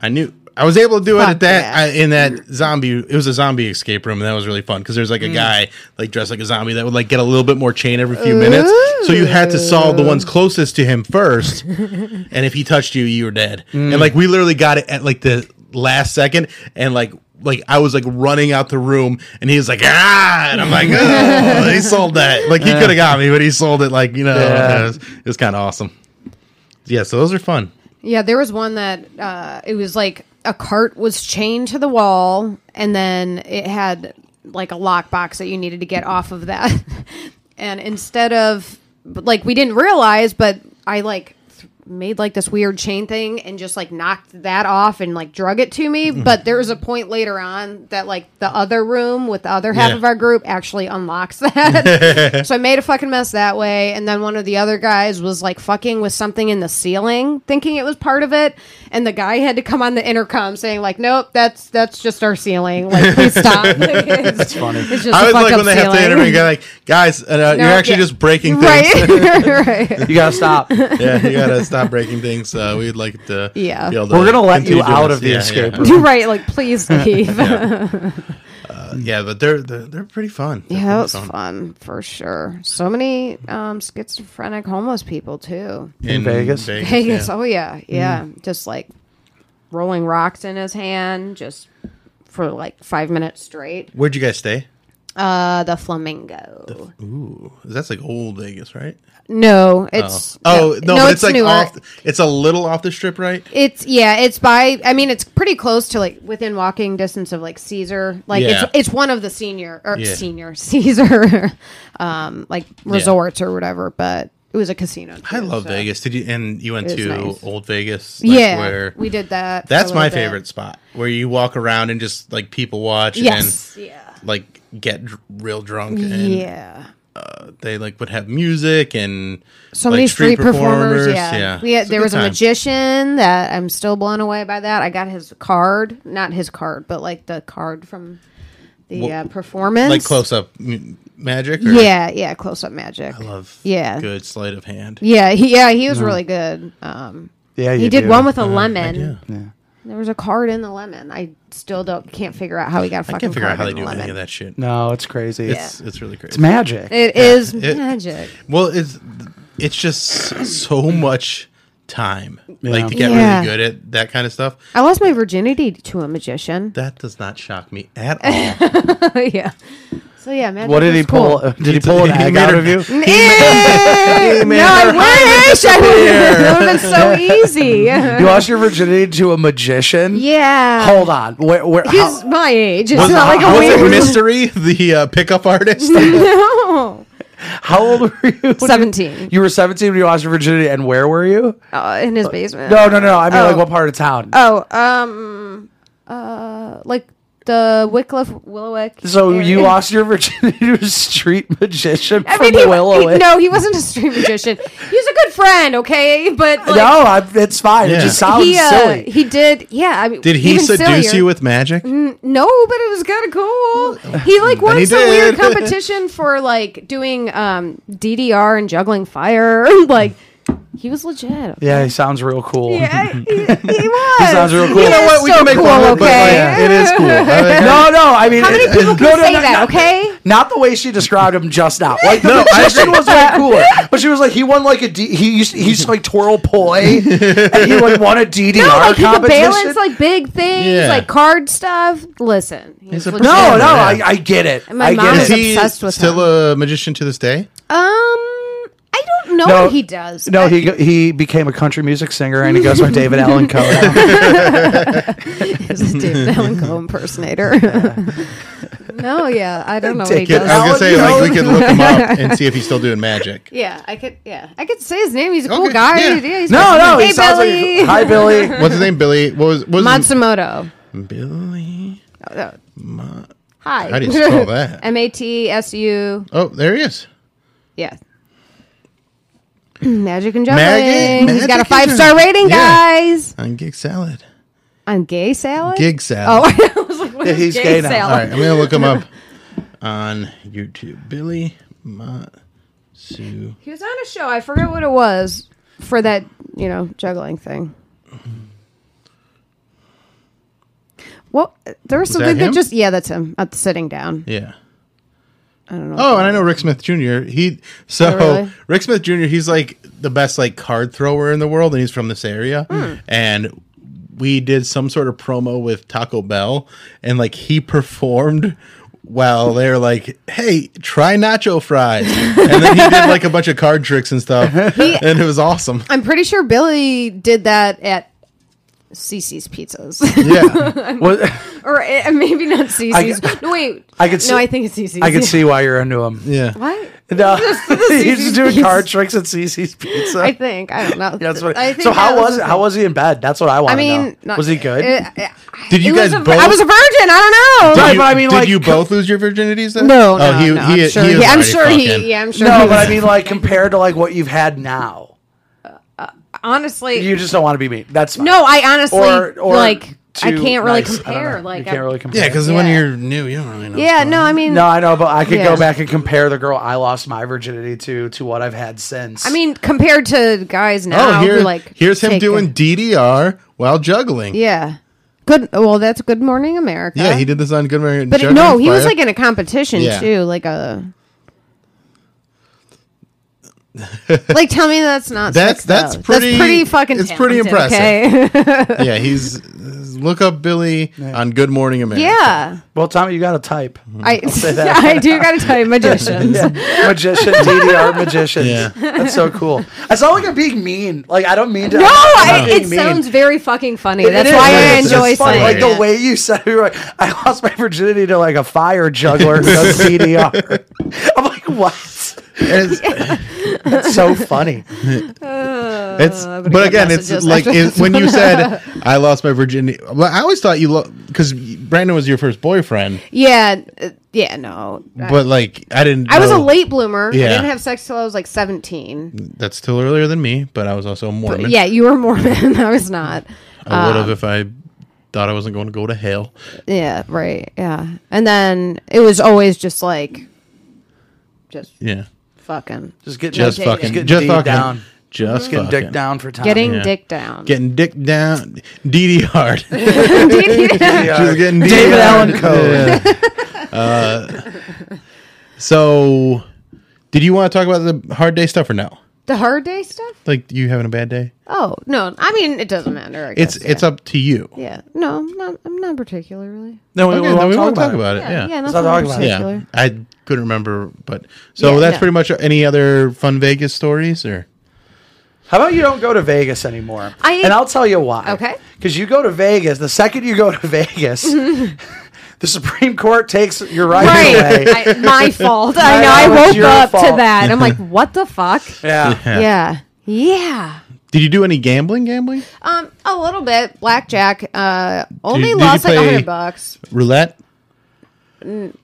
[SPEAKER 4] I knew I was able to do it at
[SPEAKER 2] Fuck
[SPEAKER 4] that
[SPEAKER 2] yeah.
[SPEAKER 4] I, in that zombie. It was a zombie escape room, and that was really fun because there's like a
[SPEAKER 2] Mm.
[SPEAKER 4] guy like dressed like a zombie that would like get a little bit more chain every few minutes. So you had to solve the ones closest to him first, and if he touched you, you were dead. And like we literally got it at like the last second, and like. Like I was like running out the room, and he was like, "Ah!" And I'm like, "Oh, he sold that." Like he could have got me, but he sold it. Like you know,
[SPEAKER 3] Yeah.
[SPEAKER 4] it was, it was kind of awesome. Yeah, so those are fun.
[SPEAKER 2] Yeah, there was one that uh, it was like a cart was chained to the wall, and then it had like a lockbox that you needed to get off of that. and instead of like we didn't realize, but I like th- made like this weird chain thing and just like knocked that off and like drug it to me. But there was a point later on that like the other room with the other half
[SPEAKER 4] Yeah.
[SPEAKER 2] of our group actually unlocks that. so I made a fucking mess that way. And then one of the other guys was like fucking with something in the ceiling, thinking it was part of it. And the guy had to come on the intercom saying like, "Nope, that's that's just our ceiling. Like, please stop." it's funny. It's just a
[SPEAKER 4] I always
[SPEAKER 2] fuck
[SPEAKER 4] like
[SPEAKER 2] up
[SPEAKER 4] when they have to
[SPEAKER 2] ceiling.
[SPEAKER 4] interview. Guy like, guys, uh, uh, you're
[SPEAKER 2] No,
[SPEAKER 4] actually
[SPEAKER 2] yeah.
[SPEAKER 4] just breaking things.
[SPEAKER 2] Right, right.
[SPEAKER 3] You gotta stop. We're
[SPEAKER 4] yeah, you gotta stop breaking things. Uh, we'd like to.
[SPEAKER 2] Yeah.
[SPEAKER 4] be able to
[SPEAKER 3] gonna let you
[SPEAKER 4] continue
[SPEAKER 3] out
[SPEAKER 4] this.
[SPEAKER 3] of the
[SPEAKER 4] Yeah,
[SPEAKER 3] escape
[SPEAKER 4] yeah.
[SPEAKER 3] room.
[SPEAKER 2] You're right. Like, please leave. Yeah,
[SPEAKER 4] Yeah, but they're they're, they're pretty fun. They're
[SPEAKER 2] that
[SPEAKER 4] pretty
[SPEAKER 2] was fun for sure. So many um, schizophrenic homeless people too.
[SPEAKER 4] in
[SPEAKER 3] Vegas?
[SPEAKER 2] Vegas.
[SPEAKER 4] yeah. Mm-hmm.
[SPEAKER 2] Oh yeah, yeah. Just like rolling rocks in his hand, just for like five minutes straight.
[SPEAKER 4] Where'd you guys stay?
[SPEAKER 2] Uh, the flamingo.
[SPEAKER 4] Ooh, that's like old Vegas, right?
[SPEAKER 2] no, it's
[SPEAKER 4] Oh no, but it's, like
[SPEAKER 2] newer.
[SPEAKER 4] off. It's a little off the strip, right?
[SPEAKER 2] It's yeah, it's by. I mean, it's pretty close to like within walking distance of like Caesar. Like
[SPEAKER 4] Yeah.
[SPEAKER 2] it's it's one of the senior or
[SPEAKER 4] Yeah.
[SPEAKER 2] senior Caesar, um, like resorts or whatever. But it was a casino.
[SPEAKER 4] I
[SPEAKER 2] too,
[SPEAKER 4] love
[SPEAKER 2] so.
[SPEAKER 4] Vegas. Did you? And you went
[SPEAKER 2] It
[SPEAKER 4] to
[SPEAKER 2] is nice.
[SPEAKER 4] old Vegas? like,
[SPEAKER 2] Yeah,
[SPEAKER 4] where-
[SPEAKER 2] we did that. for a
[SPEAKER 4] That's
[SPEAKER 2] little
[SPEAKER 4] my
[SPEAKER 2] bit.
[SPEAKER 4] favorite spot where you walk around and just like people watch
[SPEAKER 2] Yes. Yeah.
[SPEAKER 4] and like get dr- real drunk and
[SPEAKER 2] Yeah.
[SPEAKER 4] they like would have music and
[SPEAKER 2] So
[SPEAKER 4] like,
[SPEAKER 2] many street, performers. Yeah. We had,
[SPEAKER 4] It's
[SPEAKER 2] there
[SPEAKER 4] good
[SPEAKER 2] was a
[SPEAKER 4] time.
[SPEAKER 2] magician that I'm still blown away by that. I got his card, not his card, but like the card from the
[SPEAKER 4] Wha-
[SPEAKER 2] uh, performance.
[SPEAKER 4] like close up m- magic. Or
[SPEAKER 2] Yeah, yeah, close up magic.
[SPEAKER 4] I love Mm-hmm.
[SPEAKER 2] Yeah.
[SPEAKER 4] good sleight of hand.
[SPEAKER 2] Yeah, he, yeah, he was really good. Um,
[SPEAKER 3] Yeah,
[SPEAKER 2] he
[SPEAKER 3] you
[SPEAKER 2] did
[SPEAKER 3] do.
[SPEAKER 2] one with a lemon.
[SPEAKER 4] Yeah.
[SPEAKER 2] There was a card in the lemon. I still don't can't figure out how he got a fucking
[SPEAKER 4] I can't figure
[SPEAKER 2] card
[SPEAKER 4] out how they
[SPEAKER 2] in
[SPEAKER 4] do
[SPEAKER 2] the lemon.
[SPEAKER 4] any of that shit.
[SPEAKER 3] No, it's crazy.
[SPEAKER 4] It's, it's really crazy.
[SPEAKER 3] It's magic.
[SPEAKER 2] It is
[SPEAKER 4] It-
[SPEAKER 2] magic.
[SPEAKER 4] well, it's it's just so much time. Like to get
[SPEAKER 2] Yeah.
[SPEAKER 4] really good at that kind of stuff.
[SPEAKER 2] I lost my virginity to a magician.
[SPEAKER 4] That does not shock me at all.
[SPEAKER 2] yeah. So yeah, magic.
[SPEAKER 3] what did
[SPEAKER 2] is
[SPEAKER 3] he pull?
[SPEAKER 2] cool.
[SPEAKER 3] uh, Did he pull an
[SPEAKER 4] He
[SPEAKER 3] egg
[SPEAKER 4] made
[SPEAKER 3] out
[SPEAKER 4] her-
[SPEAKER 3] of you?
[SPEAKER 2] Eh, no, I wish. I would. It would have been so easy.
[SPEAKER 3] You lost your virginity to a magician?
[SPEAKER 2] yeah.
[SPEAKER 3] Hold on. Where? where how-
[SPEAKER 2] He's my age. It's
[SPEAKER 4] Was,
[SPEAKER 2] not like a
[SPEAKER 4] was it
[SPEAKER 2] weird.
[SPEAKER 4] mystery? The uh, pickup artist.
[SPEAKER 2] no.
[SPEAKER 3] How old were you? when you-
[SPEAKER 2] Seventeen.
[SPEAKER 3] You were 17 when you lost your virginity, and where were you?
[SPEAKER 2] Uh, in his basement.
[SPEAKER 3] No, no, no. I mean, like,
[SPEAKER 2] Oh.
[SPEAKER 3] what part of town?
[SPEAKER 2] Oh, um, uh, like the Wycliffe Willowick.
[SPEAKER 3] so
[SPEAKER 2] area.
[SPEAKER 3] you lost your virginity to a street magician
[SPEAKER 2] I
[SPEAKER 3] from
[SPEAKER 2] mean, he,
[SPEAKER 3] Willow.
[SPEAKER 2] he, no, he wasn't a street magician. he was a good friend, okay, but like,
[SPEAKER 3] No, I, it's fine.
[SPEAKER 4] Yeah.
[SPEAKER 3] It just sounds
[SPEAKER 2] he uh,
[SPEAKER 3] silly.
[SPEAKER 2] he did. Yeah, I mean,
[SPEAKER 4] Did he
[SPEAKER 2] even
[SPEAKER 4] seduce
[SPEAKER 2] sillier.
[SPEAKER 4] you with magic?
[SPEAKER 2] No, but it was kind of cool. He like won
[SPEAKER 4] he
[SPEAKER 2] some weird
[SPEAKER 4] did.
[SPEAKER 2] competition for like doing um DDR and juggling fire. like he was legit.
[SPEAKER 3] yeah, he sounds real cool.
[SPEAKER 2] Yeah, he, he was.
[SPEAKER 3] sounds real cool.
[SPEAKER 2] He
[SPEAKER 3] You know
[SPEAKER 2] is
[SPEAKER 3] what?
[SPEAKER 4] We
[SPEAKER 2] so
[SPEAKER 4] can make
[SPEAKER 2] cool,
[SPEAKER 4] fun of it, but, like,
[SPEAKER 2] okay?
[SPEAKER 4] it is cool. I like-
[SPEAKER 3] No, no. I mean,
[SPEAKER 2] How many
[SPEAKER 3] it-
[SPEAKER 2] people
[SPEAKER 3] no,
[SPEAKER 2] can
[SPEAKER 3] no,
[SPEAKER 2] say
[SPEAKER 3] no,
[SPEAKER 2] that?
[SPEAKER 3] no,
[SPEAKER 2] okay.
[SPEAKER 3] Not the way she described him just now. Like the
[SPEAKER 4] No, I
[SPEAKER 3] magician
[SPEAKER 4] agree.
[SPEAKER 3] was way cooler, but she was like he won like a D, he used he used to like twirl poi, and he like won a DDR
[SPEAKER 2] No, like he could
[SPEAKER 3] competition.
[SPEAKER 2] balance like big things,
[SPEAKER 4] Yeah.
[SPEAKER 2] like card stuff. Listen, he's
[SPEAKER 4] a
[SPEAKER 2] legit.
[SPEAKER 3] no,
[SPEAKER 4] Yeah.
[SPEAKER 3] no, I, I get it.
[SPEAKER 2] And my
[SPEAKER 3] I
[SPEAKER 2] mom
[SPEAKER 3] get
[SPEAKER 2] is
[SPEAKER 3] it.
[SPEAKER 4] Is
[SPEAKER 2] obsessed
[SPEAKER 4] he
[SPEAKER 2] with
[SPEAKER 4] still a magician to this day?
[SPEAKER 2] Um, I don't know
[SPEAKER 3] No,
[SPEAKER 2] what he does.
[SPEAKER 3] No, he he became a country music singer, and he goes by David Allen Coe. now.
[SPEAKER 2] He's a David Allen Coe impersonator. no, yeah, I don't know what he
[SPEAKER 4] I
[SPEAKER 2] does.
[SPEAKER 4] was gonna say like we
[SPEAKER 3] Alan-
[SPEAKER 4] could look him up and see if he's still doing magic.
[SPEAKER 2] Yeah, I could. Yeah, I could say his name. He's a cool
[SPEAKER 4] Okay,
[SPEAKER 2] guy.
[SPEAKER 4] yeah.
[SPEAKER 2] Yeah. he's
[SPEAKER 3] No, no,
[SPEAKER 2] hey,
[SPEAKER 3] he sounds
[SPEAKER 2] Billy.
[SPEAKER 3] like hi Billy.
[SPEAKER 4] What's his name? Billy. What was what was his-
[SPEAKER 2] Matsumoto.
[SPEAKER 4] Billy?
[SPEAKER 2] Hi.
[SPEAKER 4] How do you spell that?
[SPEAKER 2] M A T S U.
[SPEAKER 4] Oh, there he is.
[SPEAKER 2] Yeah. Magic and juggling.
[SPEAKER 4] Magic-
[SPEAKER 2] He's got a
[SPEAKER 4] magic and
[SPEAKER 2] five star
[SPEAKER 4] juggling.
[SPEAKER 2] rating,
[SPEAKER 4] Yeah.
[SPEAKER 2] guys.
[SPEAKER 4] On gig salad.
[SPEAKER 2] On gay salad.
[SPEAKER 4] Gig
[SPEAKER 2] Oh,
[SPEAKER 4] salad.
[SPEAKER 2] I was like, what
[SPEAKER 3] Yeah,
[SPEAKER 2] is
[SPEAKER 3] he's
[SPEAKER 2] gay,
[SPEAKER 3] gay now.
[SPEAKER 4] All
[SPEAKER 2] salad?
[SPEAKER 4] right, I'm gonna look him up on YouTube. Billy Matsu.
[SPEAKER 2] He was on a show. I forget what it was for that, you know, juggling thing.
[SPEAKER 4] Mm-hmm.
[SPEAKER 2] Well, there was something
[SPEAKER 4] that
[SPEAKER 2] that,
[SPEAKER 4] him?
[SPEAKER 2] just yeah, that's him at the sitting down.
[SPEAKER 4] Yeah. I
[SPEAKER 2] don't know.
[SPEAKER 4] Oh, and I know Rick Smith Jr. He so
[SPEAKER 2] Oh, really?
[SPEAKER 4] Rick Smith Jr. He's like the best like card thrower in the world, and he's from this area.
[SPEAKER 2] Hmm.
[SPEAKER 4] And we did some sort of promo with Taco Bell, and like he performed while they're like, "Hey, try nacho fries," and then he did like a bunch of card tricks and stuff, and it was awesome.
[SPEAKER 2] I'm pretty sure Billy did that at Cece's Pizzas.
[SPEAKER 4] Yeah,
[SPEAKER 3] What-
[SPEAKER 2] or uh, maybe not Cece's. no, wait.
[SPEAKER 3] I could see-
[SPEAKER 2] no, I think it's Cece's.
[SPEAKER 3] I could see why you're into him.
[SPEAKER 4] Yeah.
[SPEAKER 2] What?
[SPEAKER 3] No, he's
[SPEAKER 2] Cece's
[SPEAKER 3] just doing
[SPEAKER 2] Pizza.
[SPEAKER 3] card tricks at Cece's Pizza.
[SPEAKER 2] I think I don't know.
[SPEAKER 3] That's what.
[SPEAKER 2] I think
[SPEAKER 3] so how
[SPEAKER 2] that
[SPEAKER 3] was
[SPEAKER 2] the
[SPEAKER 3] how
[SPEAKER 2] thing.
[SPEAKER 3] was he in bed? That's what I want
[SPEAKER 2] I
[SPEAKER 3] to
[SPEAKER 2] mean,
[SPEAKER 3] know. Was he good?
[SPEAKER 2] Uh, uh,
[SPEAKER 4] Did you
[SPEAKER 2] it was
[SPEAKER 4] guys
[SPEAKER 2] a vir-
[SPEAKER 4] both?
[SPEAKER 2] I was a virgin. I don't know.
[SPEAKER 4] Did
[SPEAKER 3] Right,
[SPEAKER 4] you-
[SPEAKER 3] but I mean,
[SPEAKER 4] did
[SPEAKER 3] like-
[SPEAKER 4] you both lose your virginities? Then?
[SPEAKER 2] No,
[SPEAKER 4] Oh,
[SPEAKER 2] no,
[SPEAKER 4] he,
[SPEAKER 2] no,
[SPEAKER 4] he,
[SPEAKER 2] I'm sure.
[SPEAKER 4] he,
[SPEAKER 2] He,
[SPEAKER 4] was
[SPEAKER 2] I'm
[SPEAKER 4] already
[SPEAKER 2] sure
[SPEAKER 4] fucking.
[SPEAKER 2] he. Yeah, I'm sure.
[SPEAKER 3] no,
[SPEAKER 2] he
[SPEAKER 3] but I
[SPEAKER 2] was-
[SPEAKER 3] mean, like compared to like what you've had now,
[SPEAKER 2] honestly,
[SPEAKER 3] you just don't want to be me. That's fine.
[SPEAKER 2] no. I honestly
[SPEAKER 3] Or- or
[SPEAKER 2] like. I
[SPEAKER 3] too
[SPEAKER 2] can't really
[SPEAKER 3] nice. I don't
[SPEAKER 2] compare.
[SPEAKER 3] know.
[SPEAKER 2] Like,
[SPEAKER 3] you can't
[SPEAKER 2] I-
[SPEAKER 3] really compare.
[SPEAKER 4] Yeah, because when
[SPEAKER 2] Yeah.
[SPEAKER 4] you're new, you don't really know.
[SPEAKER 2] yeah, no. I mean,
[SPEAKER 3] no, I know, but I could
[SPEAKER 2] Yeah.
[SPEAKER 3] go back and compare the girl I lost my virginity to to what I've had since.
[SPEAKER 2] I mean, compared to guys now,
[SPEAKER 4] Oh, here,
[SPEAKER 2] who, like
[SPEAKER 4] here's him
[SPEAKER 2] take
[SPEAKER 4] doing
[SPEAKER 2] a-
[SPEAKER 4] DDR while juggling.
[SPEAKER 2] yeah. Good. Well, that's Good Morning America.
[SPEAKER 4] Yeah, he did this on Good Morning.
[SPEAKER 2] But it-
[SPEAKER 4] Juggling
[SPEAKER 2] no, he was
[SPEAKER 4] Fire.
[SPEAKER 2] like in a competition
[SPEAKER 4] Yeah.
[SPEAKER 2] too, like a. like, tell me that's not.
[SPEAKER 4] That's-
[SPEAKER 2] sex,
[SPEAKER 4] that's
[SPEAKER 2] though. That's
[SPEAKER 4] pretty-
[SPEAKER 2] pretty fucking.
[SPEAKER 4] it's pretty
[SPEAKER 2] talented, okay?
[SPEAKER 4] yeah, he's look up Billy on Good Morning America.
[SPEAKER 2] yeah,
[SPEAKER 3] well, Tommy, you got a type.
[SPEAKER 2] I I do gotta tell you, magicians.
[SPEAKER 3] magician, DDR magicians.
[SPEAKER 4] Yeah.
[SPEAKER 3] That's so cool. I sound like I'm being mean. Like I don't mean to.
[SPEAKER 2] No,
[SPEAKER 3] I'm
[SPEAKER 2] I,
[SPEAKER 3] not
[SPEAKER 2] it
[SPEAKER 3] being mean.
[SPEAKER 2] sounds very fucking funny.
[SPEAKER 3] It
[SPEAKER 2] that's
[SPEAKER 3] is.
[SPEAKER 2] why
[SPEAKER 4] It
[SPEAKER 2] I
[SPEAKER 4] is.
[SPEAKER 2] enjoy
[SPEAKER 3] It's funny.
[SPEAKER 2] saying
[SPEAKER 3] Like
[SPEAKER 2] it.
[SPEAKER 3] the way you said it, you're like, I lost my virginity to like a fire juggler who does CDR. I'm like, what?
[SPEAKER 4] And it's,
[SPEAKER 2] Uh,
[SPEAKER 3] That's so funny.
[SPEAKER 4] it's
[SPEAKER 2] I'm gonna
[SPEAKER 4] but
[SPEAKER 2] get
[SPEAKER 4] again, it's
[SPEAKER 2] messages
[SPEAKER 4] like
[SPEAKER 2] after
[SPEAKER 4] it, when you said I lost my virginity. Well, I always thought you because Brandon was your first boyfriend,
[SPEAKER 2] Yeah, uh, yeah, no. I-
[SPEAKER 4] but like I didn't.
[SPEAKER 2] I was a
[SPEAKER 4] know-
[SPEAKER 2] late bloomer.
[SPEAKER 4] Yeah.
[SPEAKER 2] I didn't have sex till I was like seventeen.
[SPEAKER 4] That's still earlier than me, but I was also a Mormon.
[SPEAKER 2] Yeah, um, you were Mormon. I was not.
[SPEAKER 4] I would have if I thought I wasn't going to go to hell.
[SPEAKER 2] Yeah, right. Yeah. And then it was always just like just
[SPEAKER 4] Yeah, Um,
[SPEAKER 2] fucking
[SPEAKER 3] Just get
[SPEAKER 4] just
[SPEAKER 2] take
[SPEAKER 4] fucking,
[SPEAKER 2] it.
[SPEAKER 3] getting
[SPEAKER 4] just
[SPEAKER 3] dick
[SPEAKER 4] fucking,
[SPEAKER 3] down.
[SPEAKER 4] just
[SPEAKER 3] Getting
[SPEAKER 4] fucking.
[SPEAKER 3] dick down for time.
[SPEAKER 2] getting
[SPEAKER 4] yeah.
[SPEAKER 2] dick down.
[SPEAKER 4] Getting dick down, DD hard. She's getting DD
[SPEAKER 3] David
[SPEAKER 4] hard.
[SPEAKER 3] Allen Coe.
[SPEAKER 4] Yeah. Uh, so, did you want to talk about the hard day stuff or no?
[SPEAKER 2] the hard day stuff?
[SPEAKER 4] Like you having a bad day?
[SPEAKER 2] Oh, no. I mean, it doesn't matter. I
[SPEAKER 4] It's
[SPEAKER 2] guess,
[SPEAKER 4] it's
[SPEAKER 2] yeah.
[SPEAKER 4] up to you.
[SPEAKER 2] Yeah. No, I'm not I'm not particularly.
[SPEAKER 3] No, we,
[SPEAKER 4] Okay,
[SPEAKER 3] won't
[SPEAKER 4] then we
[SPEAKER 3] talk
[SPEAKER 4] won't
[SPEAKER 3] about
[SPEAKER 4] talk
[SPEAKER 3] it.
[SPEAKER 4] about it.
[SPEAKER 2] Yeah,
[SPEAKER 4] Yeah, yeah.
[SPEAKER 2] not
[SPEAKER 3] Let's not talk
[SPEAKER 2] not
[SPEAKER 3] about it.
[SPEAKER 2] particular.
[SPEAKER 4] I couldn't remember, but so
[SPEAKER 2] Yeah,
[SPEAKER 4] that's
[SPEAKER 2] no.
[SPEAKER 4] pretty much any other fun Vegas stories or
[SPEAKER 3] How about you don't go to Vegas anymore?
[SPEAKER 2] I-
[SPEAKER 3] and I'll tell you why.
[SPEAKER 2] Okay.
[SPEAKER 3] Because you go to Vegas, the second you go to Vegas, the Supreme Court takes your right, away.
[SPEAKER 2] Right. I, my fault. I
[SPEAKER 3] I
[SPEAKER 2] know.
[SPEAKER 3] know,
[SPEAKER 2] I
[SPEAKER 3] it's
[SPEAKER 2] woke
[SPEAKER 3] your
[SPEAKER 2] up to
[SPEAKER 3] fault.
[SPEAKER 2] that. I'm like, what the fuck?
[SPEAKER 3] Yeah.
[SPEAKER 2] Yeah. Yeah.
[SPEAKER 4] did you do any gambling? Gambling,
[SPEAKER 2] Um, a little bit. Blackjack. Uh, only
[SPEAKER 4] did you
[SPEAKER 2] lost like a
[SPEAKER 4] play-
[SPEAKER 2] hundred bucks.
[SPEAKER 4] roulette,
[SPEAKER 3] Mm,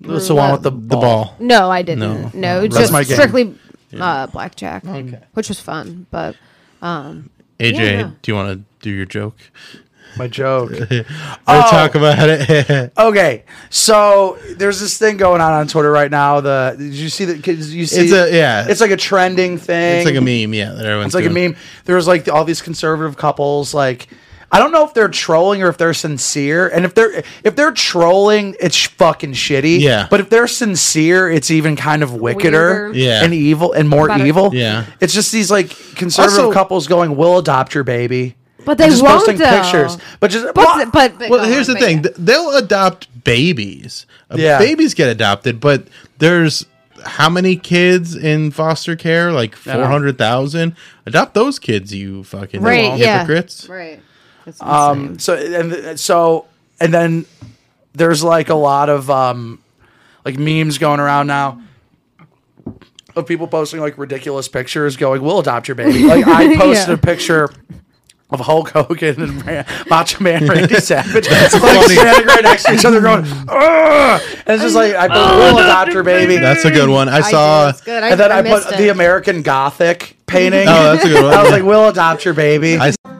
[SPEAKER 3] That's the one with the
[SPEAKER 4] the ball.
[SPEAKER 2] No, I didn't. No, it's
[SPEAKER 3] That's
[SPEAKER 2] just
[SPEAKER 3] my game.
[SPEAKER 2] strictly uh, blackjack, which was fun. But um,
[SPEAKER 4] AJ,
[SPEAKER 2] Yeah, no.
[SPEAKER 4] do you want to do your joke
[SPEAKER 3] My joke.
[SPEAKER 4] or talk about it?
[SPEAKER 3] Okay, so there's this thing going on on Twitter right now. The did you see that? Cause you see,
[SPEAKER 4] It's a- yeah.
[SPEAKER 3] It's like a trending thing.
[SPEAKER 4] it's like a meme, yeah. That everyone's
[SPEAKER 3] It's like a
[SPEAKER 4] doing.
[SPEAKER 3] meme. There was like all these conservative couples. Like I don't know if they're trolling or if they're sincere. And if they're if they're trolling, it's sh- fucking shitty.
[SPEAKER 4] Yeah.
[SPEAKER 3] But if they're sincere, it's even kind of wickeder.
[SPEAKER 2] Weirder.
[SPEAKER 4] Yeah.
[SPEAKER 3] And evil and more
[SPEAKER 2] Better.
[SPEAKER 3] evil.
[SPEAKER 4] Yeah.
[SPEAKER 3] It's just these like conservative
[SPEAKER 4] Also-
[SPEAKER 3] couples going, "We'll adopt your baby."
[SPEAKER 2] But they
[SPEAKER 3] And just
[SPEAKER 2] won't,
[SPEAKER 3] posting
[SPEAKER 2] though.
[SPEAKER 3] pictures. But just
[SPEAKER 2] but but, but
[SPEAKER 4] Well,
[SPEAKER 2] go
[SPEAKER 4] here's
[SPEAKER 2] on,
[SPEAKER 4] the
[SPEAKER 2] but
[SPEAKER 4] thing:
[SPEAKER 2] yeah.
[SPEAKER 4] Th- they'll adopt babies. Uh,
[SPEAKER 3] Yeah.
[SPEAKER 4] Babies get adopted, but there's how many kids in foster care? Like
[SPEAKER 3] I know.
[SPEAKER 4] four hundred thousand. Adopt those kids, you fucking
[SPEAKER 2] Right, yeah.
[SPEAKER 4] hypocrites.
[SPEAKER 2] Right. It's
[SPEAKER 3] Um, so and th- so and then there's like a lot of um, like memes going around now of people posting like ridiculous pictures going, "We'll adopt your baby." Like I posted
[SPEAKER 2] Yeah.
[SPEAKER 3] a picture. Of Hulk Hogan and Ran- Macho Man Randy Savage, like
[SPEAKER 4] funny.
[SPEAKER 3] standing right next to each other, going, "Ugh!" And it's just like I put, "We'll adopt your baby."
[SPEAKER 4] That's a good one. I, saw.
[SPEAKER 2] It's good. I,
[SPEAKER 3] and then I,
[SPEAKER 2] missed
[SPEAKER 3] put
[SPEAKER 2] it.
[SPEAKER 3] the American Gothic painting.
[SPEAKER 4] Oh, that's a good one.
[SPEAKER 3] I was like, "We'll adopt your baby."
[SPEAKER 4] I-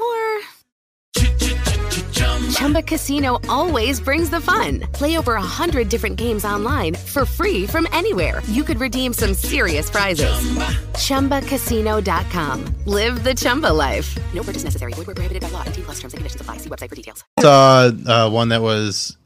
[SPEAKER 9] or Chumba Casino always brings the fun. Play over 100 different games online for free from anywhere. You could redeem some serious prizes. ChumbaCasino.com. Live the Chumba life. No purchase necessary. Void where prohibited by law. 18 plus terms and conditions apply. See website for details.
[SPEAKER 4] saw uh, one that was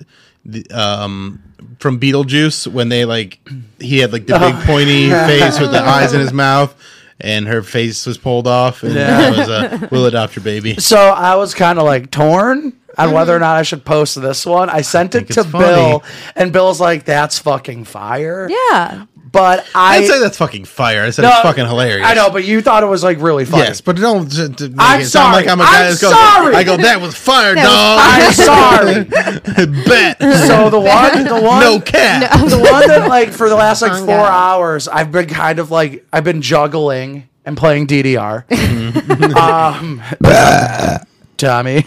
[SPEAKER 4] the, um, from Beetlejuice when they like he had like the
[SPEAKER 3] Oh.
[SPEAKER 4] big pointy face with the eyes in his mouth, and her face was pulled off, and that was uh, "We'll adopt your baby."
[SPEAKER 3] So I was kind of like torn
[SPEAKER 2] Mm-hmm.
[SPEAKER 3] on whether or not I should post this one. I sent it
[SPEAKER 4] it's
[SPEAKER 3] to
[SPEAKER 4] funny.
[SPEAKER 3] Bill, and Bill's like, "That's fucking fire."
[SPEAKER 2] Yeah.
[SPEAKER 3] but I
[SPEAKER 4] I, would say that's fucking fire. I said
[SPEAKER 3] No,
[SPEAKER 4] it's fucking hilarious.
[SPEAKER 3] I know, but you thought it was like really funny.
[SPEAKER 4] Yes, but don't t- t- make
[SPEAKER 3] I'm
[SPEAKER 4] it sound like
[SPEAKER 3] sorry.
[SPEAKER 4] I'm a guy
[SPEAKER 3] I'm
[SPEAKER 4] that goes.
[SPEAKER 3] sorry.
[SPEAKER 4] I go that was fire,
[SPEAKER 3] I'm sorry.
[SPEAKER 4] dog. Bet
[SPEAKER 3] So the one, the one,
[SPEAKER 4] no cap.
[SPEAKER 3] the one that like for the last like four
[SPEAKER 2] guy.
[SPEAKER 3] hours, I've been kind of like I've been juggling and playing DDR. um,
[SPEAKER 4] Mm-hmm.
[SPEAKER 3] Tommy,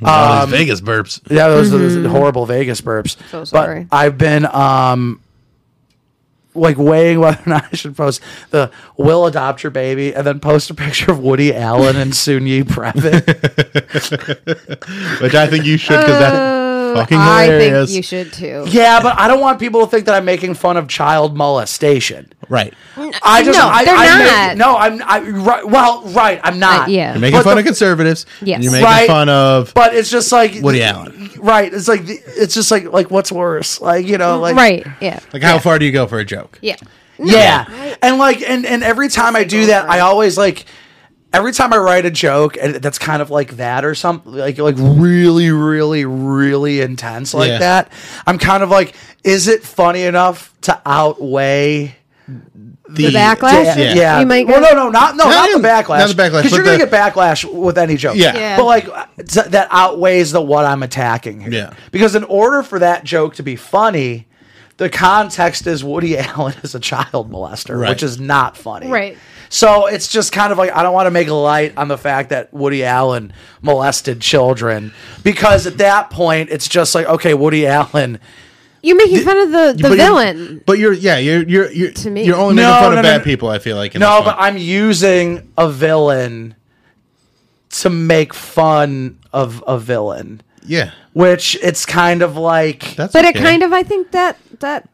[SPEAKER 4] Oh, these Vegas burps.
[SPEAKER 3] yeah, those are those horrible Vegas burps.
[SPEAKER 2] Mm-hmm. So sorry.
[SPEAKER 3] But I've been um, like weighing whether or not I should post the "Will adopt your baby" and then post a picture of Woody Allen and Sunyi Previn.
[SPEAKER 4] Which I think you should because
[SPEAKER 3] Uh,
[SPEAKER 4] that's fucking
[SPEAKER 2] Uh, I
[SPEAKER 4] hilarious.
[SPEAKER 2] think you should too.
[SPEAKER 3] Yeah, but I don't want people to think that I'm making fun of child molestation.
[SPEAKER 4] Right.
[SPEAKER 3] I just
[SPEAKER 2] No,
[SPEAKER 3] I,
[SPEAKER 2] they're
[SPEAKER 3] I make-
[SPEAKER 2] not. Uh,
[SPEAKER 3] no, I'm I right, well, right, I'm not.
[SPEAKER 2] yeah.
[SPEAKER 4] You're making
[SPEAKER 3] But
[SPEAKER 4] fun
[SPEAKER 3] the-
[SPEAKER 4] of conservatives. and
[SPEAKER 2] Yes.
[SPEAKER 4] You're making
[SPEAKER 3] Right.
[SPEAKER 4] fun of
[SPEAKER 3] But it's just like
[SPEAKER 4] Woody Allen.
[SPEAKER 3] Right. It's like the- it's just like like what's worse? Like, you know, like
[SPEAKER 2] right. Yeah.
[SPEAKER 4] Like, how far do you go for a joke?
[SPEAKER 2] Yeah.
[SPEAKER 3] Yeah. And like and and every time I do that, I always like every time I write a joke and that's kind of like that or something like like really really really intense like
[SPEAKER 4] Yeah.
[SPEAKER 3] that, I'm kind of like is it funny enough to outweigh
[SPEAKER 2] The backlash.
[SPEAKER 4] Yeah.
[SPEAKER 3] Yeah.
[SPEAKER 2] You might
[SPEAKER 3] well,
[SPEAKER 2] get-
[SPEAKER 3] no, no, not no, not,
[SPEAKER 4] even-
[SPEAKER 3] the backlash.
[SPEAKER 4] not the backlash,
[SPEAKER 3] Because
[SPEAKER 4] but
[SPEAKER 3] you're gonna
[SPEAKER 4] the-
[SPEAKER 3] get backlash with any joke.
[SPEAKER 4] Yeah. Yeah.
[SPEAKER 3] But like uh, t- that outweighs the what I'm attacking here.
[SPEAKER 4] Yeah.
[SPEAKER 3] Because in order for that joke to be funny, the context is Woody Allen is a child molester,
[SPEAKER 4] Right.
[SPEAKER 3] which is not funny.
[SPEAKER 2] Right.
[SPEAKER 3] So it's just kind of like I don't want to make light on the fact that Woody Allen molested children because at that point it's just like okay, Woody Allen.
[SPEAKER 2] You're making fun of the, the
[SPEAKER 4] But you're-
[SPEAKER 2] villain.
[SPEAKER 4] But you're, yeah, you're, you're, you're,
[SPEAKER 2] To me.
[SPEAKER 4] you're only making
[SPEAKER 3] No,
[SPEAKER 4] fun
[SPEAKER 3] no,
[SPEAKER 4] of
[SPEAKER 3] no,
[SPEAKER 4] bad
[SPEAKER 3] no.
[SPEAKER 4] people. I feel like. in
[SPEAKER 3] No,
[SPEAKER 4] this
[SPEAKER 3] but
[SPEAKER 4] one.
[SPEAKER 3] I'm using a villain to make fun of a villain,
[SPEAKER 4] yeah,
[SPEAKER 3] which it's kind of like
[SPEAKER 4] that's.
[SPEAKER 2] But it kind of I think that that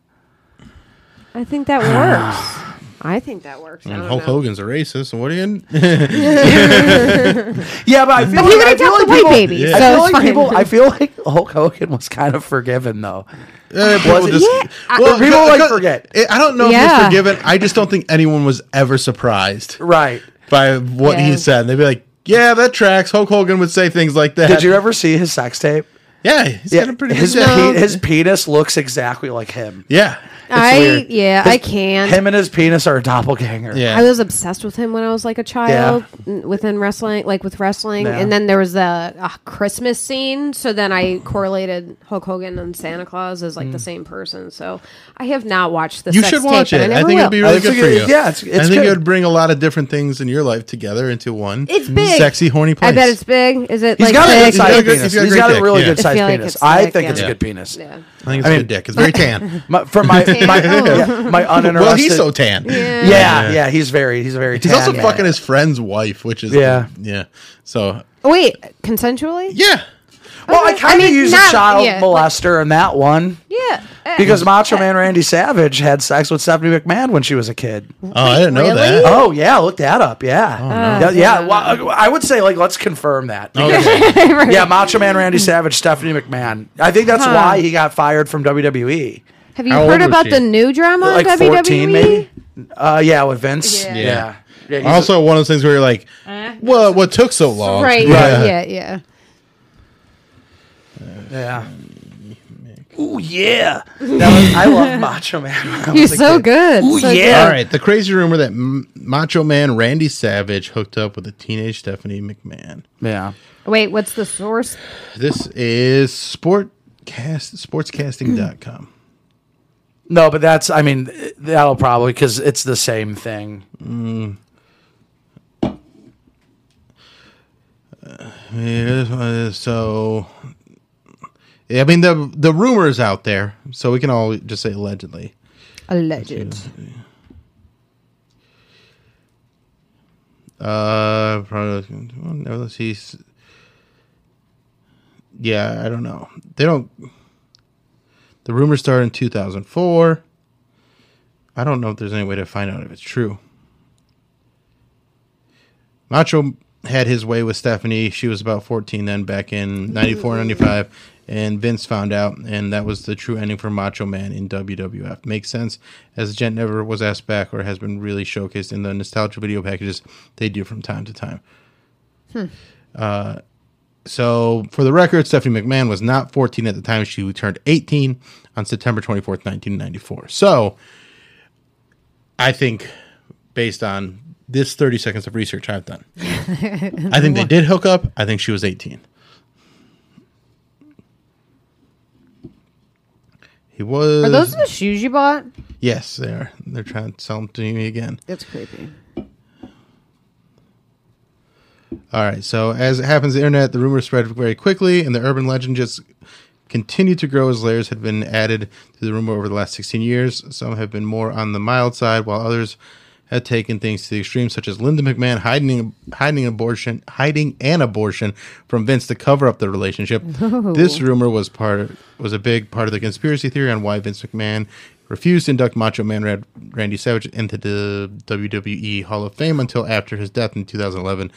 [SPEAKER 2] I think that works. I think that works. I
[SPEAKER 4] And
[SPEAKER 2] don't
[SPEAKER 3] Mm.
[SPEAKER 4] Hulk
[SPEAKER 2] know.
[SPEAKER 4] Hogan's a racist. And what do you? uh,
[SPEAKER 3] yeah, but I feel
[SPEAKER 2] But he would
[SPEAKER 3] like, I
[SPEAKER 2] adopt
[SPEAKER 3] feel
[SPEAKER 2] the
[SPEAKER 3] like
[SPEAKER 2] white
[SPEAKER 3] people,
[SPEAKER 2] baby,
[SPEAKER 4] Yeah.
[SPEAKER 3] I
[SPEAKER 2] so
[SPEAKER 3] feel
[SPEAKER 2] it's
[SPEAKER 3] like
[SPEAKER 2] fine.
[SPEAKER 3] people. I feel like Hulk Hogan was kind of forgiven though.
[SPEAKER 4] Eh, people
[SPEAKER 3] it-
[SPEAKER 4] just,
[SPEAKER 3] Yeah, I- people,
[SPEAKER 4] c-
[SPEAKER 3] like,
[SPEAKER 4] c-
[SPEAKER 3] forget.
[SPEAKER 4] it- I don't know if
[SPEAKER 2] Yeah.
[SPEAKER 4] it's forgiven. I just don't think anyone was ever surprised
[SPEAKER 3] Right?
[SPEAKER 4] by what
[SPEAKER 2] Yeah.
[SPEAKER 4] he said. They'd be like, "Yeah, that tracks." Hulk Hogan would say things like that.
[SPEAKER 3] Did you ever see his sex tape?
[SPEAKER 4] Yeah, he's got a pretty good
[SPEAKER 3] his,
[SPEAKER 4] job.
[SPEAKER 3] pe- his penis looks exactly like him.
[SPEAKER 4] Yeah,
[SPEAKER 2] I
[SPEAKER 3] weird.
[SPEAKER 2] yeah, I can't.
[SPEAKER 3] Him and his penis are a doppelganger.
[SPEAKER 4] yeah.
[SPEAKER 2] I was obsessed with him when I was like a child n- within wrestling, like with wrestling.
[SPEAKER 3] Yeah.
[SPEAKER 2] And then there was the uh, Christmas scene. So then I correlated Hulk Hogan and Santa Claus as like the same person. So I have not watched this.
[SPEAKER 4] Mm. you should watch it. I, think it'd be really
[SPEAKER 3] I
[SPEAKER 4] good
[SPEAKER 3] think
[SPEAKER 4] for
[SPEAKER 3] it-
[SPEAKER 4] you.
[SPEAKER 3] yeah, it's- it's
[SPEAKER 4] I think
[SPEAKER 3] good.
[SPEAKER 4] it would bring a lot of different things in your life together into one.
[SPEAKER 2] It's big.
[SPEAKER 4] sexy, horny
[SPEAKER 2] I
[SPEAKER 4] place.
[SPEAKER 2] bet it's big. Is it
[SPEAKER 3] He's
[SPEAKER 2] like
[SPEAKER 3] got a
[SPEAKER 2] big?
[SPEAKER 3] good
[SPEAKER 4] He's got a
[SPEAKER 3] sized
[SPEAKER 4] good-
[SPEAKER 3] penis.
[SPEAKER 4] he's got a
[SPEAKER 3] He's
[SPEAKER 4] great
[SPEAKER 3] got a
[SPEAKER 4] dick,
[SPEAKER 3] really
[SPEAKER 4] yeah.
[SPEAKER 3] good
[SPEAKER 2] I
[SPEAKER 3] sized
[SPEAKER 2] feel like
[SPEAKER 3] penis.
[SPEAKER 2] it's
[SPEAKER 3] I
[SPEAKER 2] thick,
[SPEAKER 3] think it's a
[SPEAKER 2] yeah.
[SPEAKER 3] good penis.
[SPEAKER 2] Yeah.
[SPEAKER 4] I think it's
[SPEAKER 3] I
[SPEAKER 4] a
[SPEAKER 3] mean-
[SPEAKER 4] good dick. It's very tan.
[SPEAKER 3] My, for my my, yeah, my uninterested.
[SPEAKER 4] well, he's so tan.
[SPEAKER 3] Yeah, yeah, he's very, he's very.
[SPEAKER 4] He's also
[SPEAKER 3] tan, yeah.
[SPEAKER 4] fucking his friend's wife, which is
[SPEAKER 3] Yeah.
[SPEAKER 4] yeah. So
[SPEAKER 2] Oh, Wait, consensually?
[SPEAKER 4] yeah,
[SPEAKER 3] Well, I
[SPEAKER 2] I
[SPEAKER 3] kind of
[SPEAKER 2] mean,
[SPEAKER 3] use
[SPEAKER 2] not-
[SPEAKER 3] a child
[SPEAKER 2] yeah,
[SPEAKER 3] molester in that one
[SPEAKER 2] Yeah. Uh,
[SPEAKER 3] because Macho Man Randy Savage had sex with Stephanie McMahon when she was a kid.
[SPEAKER 4] oh, I didn't know
[SPEAKER 2] really?
[SPEAKER 4] that.
[SPEAKER 3] Oh yeah, look that up. Yeah, yeah.
[SPEAKER 4] Oh,
[SPEAKER 3] yeah. Well, I I would say like let's confirm that.
[SPEAKER 4] Oh. Okay.
[SPEAKER 3] Oh, Yeah, Macho Man Randy Savage, Stephanie McMahon. I think that's why he got fired from WWE.
[SPEAKER 2] have you
[SPEAKER 4] How old
[SPEAKER 2] heard
[SPEAKER 4] was
[SPEAKER 2] about
[SPEAKER 4] she?
[SPEAKER 2] the new drama
[SPEAKER 3] Like
[SPEAKER 2] on E? WWE?
[SPEAKER 3] fourteen, maybe. Uh, yeah, with Vince.
[SPEAKER 2] Yeah.
[SPEAKER 3] Yeah.
[SPEAKER 2] Yeah.
[SPEAKER 3] yeah. he's a-
[SPEAKER 4] also, one of those things where you're like, well, what took so long?
[SPEAKER 2] Uh-huh. Right. Yeah. Yeah. yeah.
[SPEAKER 3] Yeah. Ooh yeah! That was, I love Macho Man. when I
[SPEAKER 2] You're
[SPEAKER 3] was a
[SPEAKER 2] so
[SPEAKER 3] kid.
[SPEAKER 2] good.
[SPEAKER 3] Ooh
[SPEAKER 2] so
[SPEAKER 3] yeah!
[SPEAKER 4] All right. The crazy rumor that M- Macho Man Randy Savage hooked up with a teenage Stephanie McMahon.
[SPEAKER 3] Yeah.
[SPEAKER 2] good. Wait, what's the source?
[SPEAKER 4] This is sportcast sportscasting.com.
[SPEAKER 3] No, but that's. I mean, that'll probably because it's the same thing.
[SPEAKER 4] Yeah, this one is- so I mean the the rumor is out there, so we can all just say allegedly.
[SPEAKER 2] Alleged.
[SPEAKER 4] Uh, probably, well, nevertheless, he's yeah, I don't know. They don't. The rumor started in 2004. I don't know if there's any way to find out if it's true. Macho had his way with Stephanie. She was about 14 then, back in 94, 95. And Vince found out, and that was the true ending for Macho Man in WWF. Makes sense, as the gent never was asked back or has been really showcased in the nostalgia video packages they do from time to time. So, for the record, Stephanie McMahon was not 14 at the time. She turned 18 on September 24th, 1994. So, I think based on this 30 seconds of research I've done, I think they did hook up. I think she was 18. He was.
[SPEAKER 2] Are those the shoes you bought?
[SPEAKER 4] Yes, they are. They're trying to sell them to me again.
[SPEAKER 2] That's creepy.
[SPEAKER 4] All right. So as it happens, the internet, the rumor spread very quickly, and the urban legend just continued to grow as layers had been added to the rumor over the last 16 years. Some have been more on the mild side, while others had taken things to the extreme, such as Linda McMahon hiding hiding an abortion, hiding an abortion from Vince to cover up the relationship. This rumor was part was a big part of the conspiracy theory on why Vince McMahon refused to induct Macho Man Rad, Randy Savage into the WWE Hall of Fame until after his death in 2011.